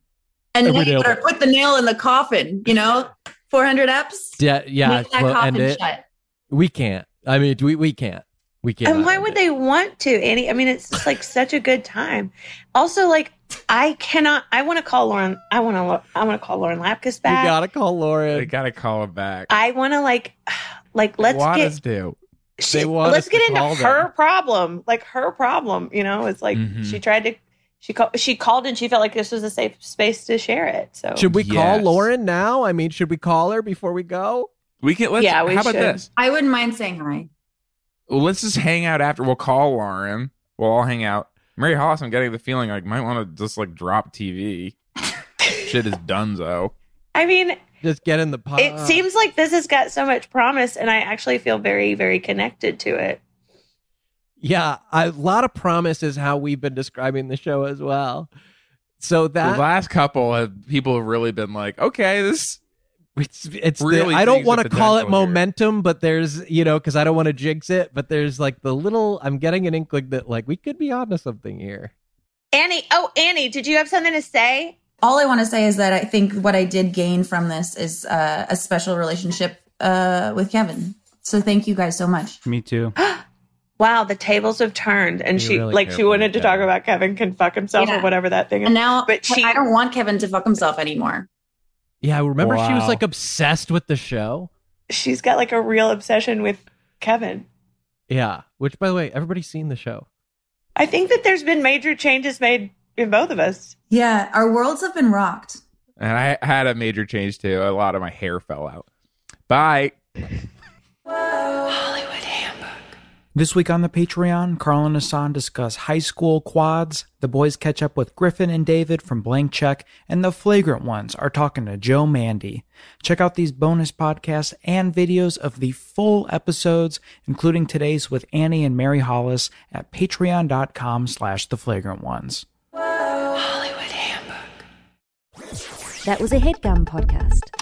[SPEAKER 2] And we
[SPEAKER 5] nail-
[SPEAKER 2] nailed
[SPEAKER 5] or
[SPEAKER 2] it.
[SPEAKER 5] put the nail in the coffin you know 400 eps
[SPEAKER 2] Yeah, yeah,
[SPEAKER 5] Make that
[SPEAKER 2] we'll end
[SPEAKER 5] coffin
[SPEAKER 2] it.
[SPEAKER 5] shut.
[SPEAKER 2] We can't. I mean, we we can't. We can't.
[SPEAKER 6] and why would they want to, Annie? I mean, it's just like such a good time. Also, like I cannot. I want to call Lauren. I want to. I want to call Lauren Lapkus
[SPEAKER 3] We
[SPEAKER 6] back.
[SPEAKER 2] call Lauren.
[SPEAKER 3] We gotta call her back.
[SPEAKER 6] I want to like, *sighs* like Uh, let's
[SPEAKER 3] want
[SPEAKER 6] get
[SPEAKER 3] us to.
[SPEAKER 6] She- let's get into her problem like her problem you know it's like
[SPEAKER 2] Mm-hmm.
[SPEAKER 3] Mhm.
[SPEAKER 6] she tried to she called she called and she felt like this was a safe space to share it so
[SPEAKER 3] Oh,
[SPEAKER 2] Should we call Lauren now? I mean, should we call her before we go?
[SPEAKER 3] We can. Let's,
[SPEAKER 5] yeah, we
[SPEAKER 3] how
[SPEAKER 5] should.
[SPEAKER 3] about this?
[SPEAKER 5] I wouldn't mind saying hi.
[SPEAKER 3] Well, let's just hang out after. We'll call Lauren. We'll all hang out. Mary Hollis, I'm getting the feeling like might want to just like
[SPEAKER 6] *laughs*
[SPEAKER 3] drop TV. Shit is donezo.
[SPEAKER 6] i mean
[SPEAKER 2] Just get in the pod.
[SPEAKER 6] it seems like this has got so much promise and i actually feel very very connected to it
[SPEAKER 2] Yeah, a lot of promise is how we've been describing the show as well. So that
[SPEAKER 3] the last couple have people have really been like, okay, this
[SPEAKER 2] it's it's the- I don't want to call it momentum, but there's you know because I don't want to jinx it, but there's like the little I'm getting an inkling that like we could be onto something here.
[SPEAKER 6] annie oh annie did you have something to say
[SPEAKER 5] All I want to say is that I think what I did gain from this is uh, a special relationship uh, with Kevin. So thank you guys so much.
[SPEAKER 7] Me too.
[SPEAKER 6] wow the tables have turned and
[SPEAKER 7] Be
[SPEAKER 6] she
[SPEAKER 7] really
[SPEAKER 6] like she
[SPEAKER 7] careful
[SPEAKER 6] wanted to
[SPEAKER 7] with
[SPEAKER 6] talk about kevin can fuck himself
[SPEAKER 5] Yeah.
[SPEAKER 6] or whatever that thing is
[SPEAKER 5] And now,
[SPEAKER 6] but she
[SPEAKER 5] I don't want Kevin to fuck himself anymore.
[SPEAKER 2] Yeah, I remember she was
[SPEAKER 6] Wow.
[SPEAKER 2] like obsessed with the show.
[SPEAKER 6] she's got like a real obsession with kevin
[SPEAKER 2] Yeah, which by the way, everybody's seen the show.
[SPEAKER 6] i think that there's been major changes made in both of us
[SPEAKER 5] Yeah, our worlds have been rocked.
[SPEAKER 3] And I had a major change too. A lot of my hair fell out. Bye.
[SPEAKER 7] This week on the Patreon, Carl and Hassan discuss high school quads. The boys catch up with Griffin and David from Blank Check, and the flagrant ones are talking to Joe Mandy. Check out these bonus podcasts and videos of the full episodes, including today's with Annie and Mary Hollis at patreon.com slash the flagrant ones.
[SPEAKER 20] That was a headgum podcast.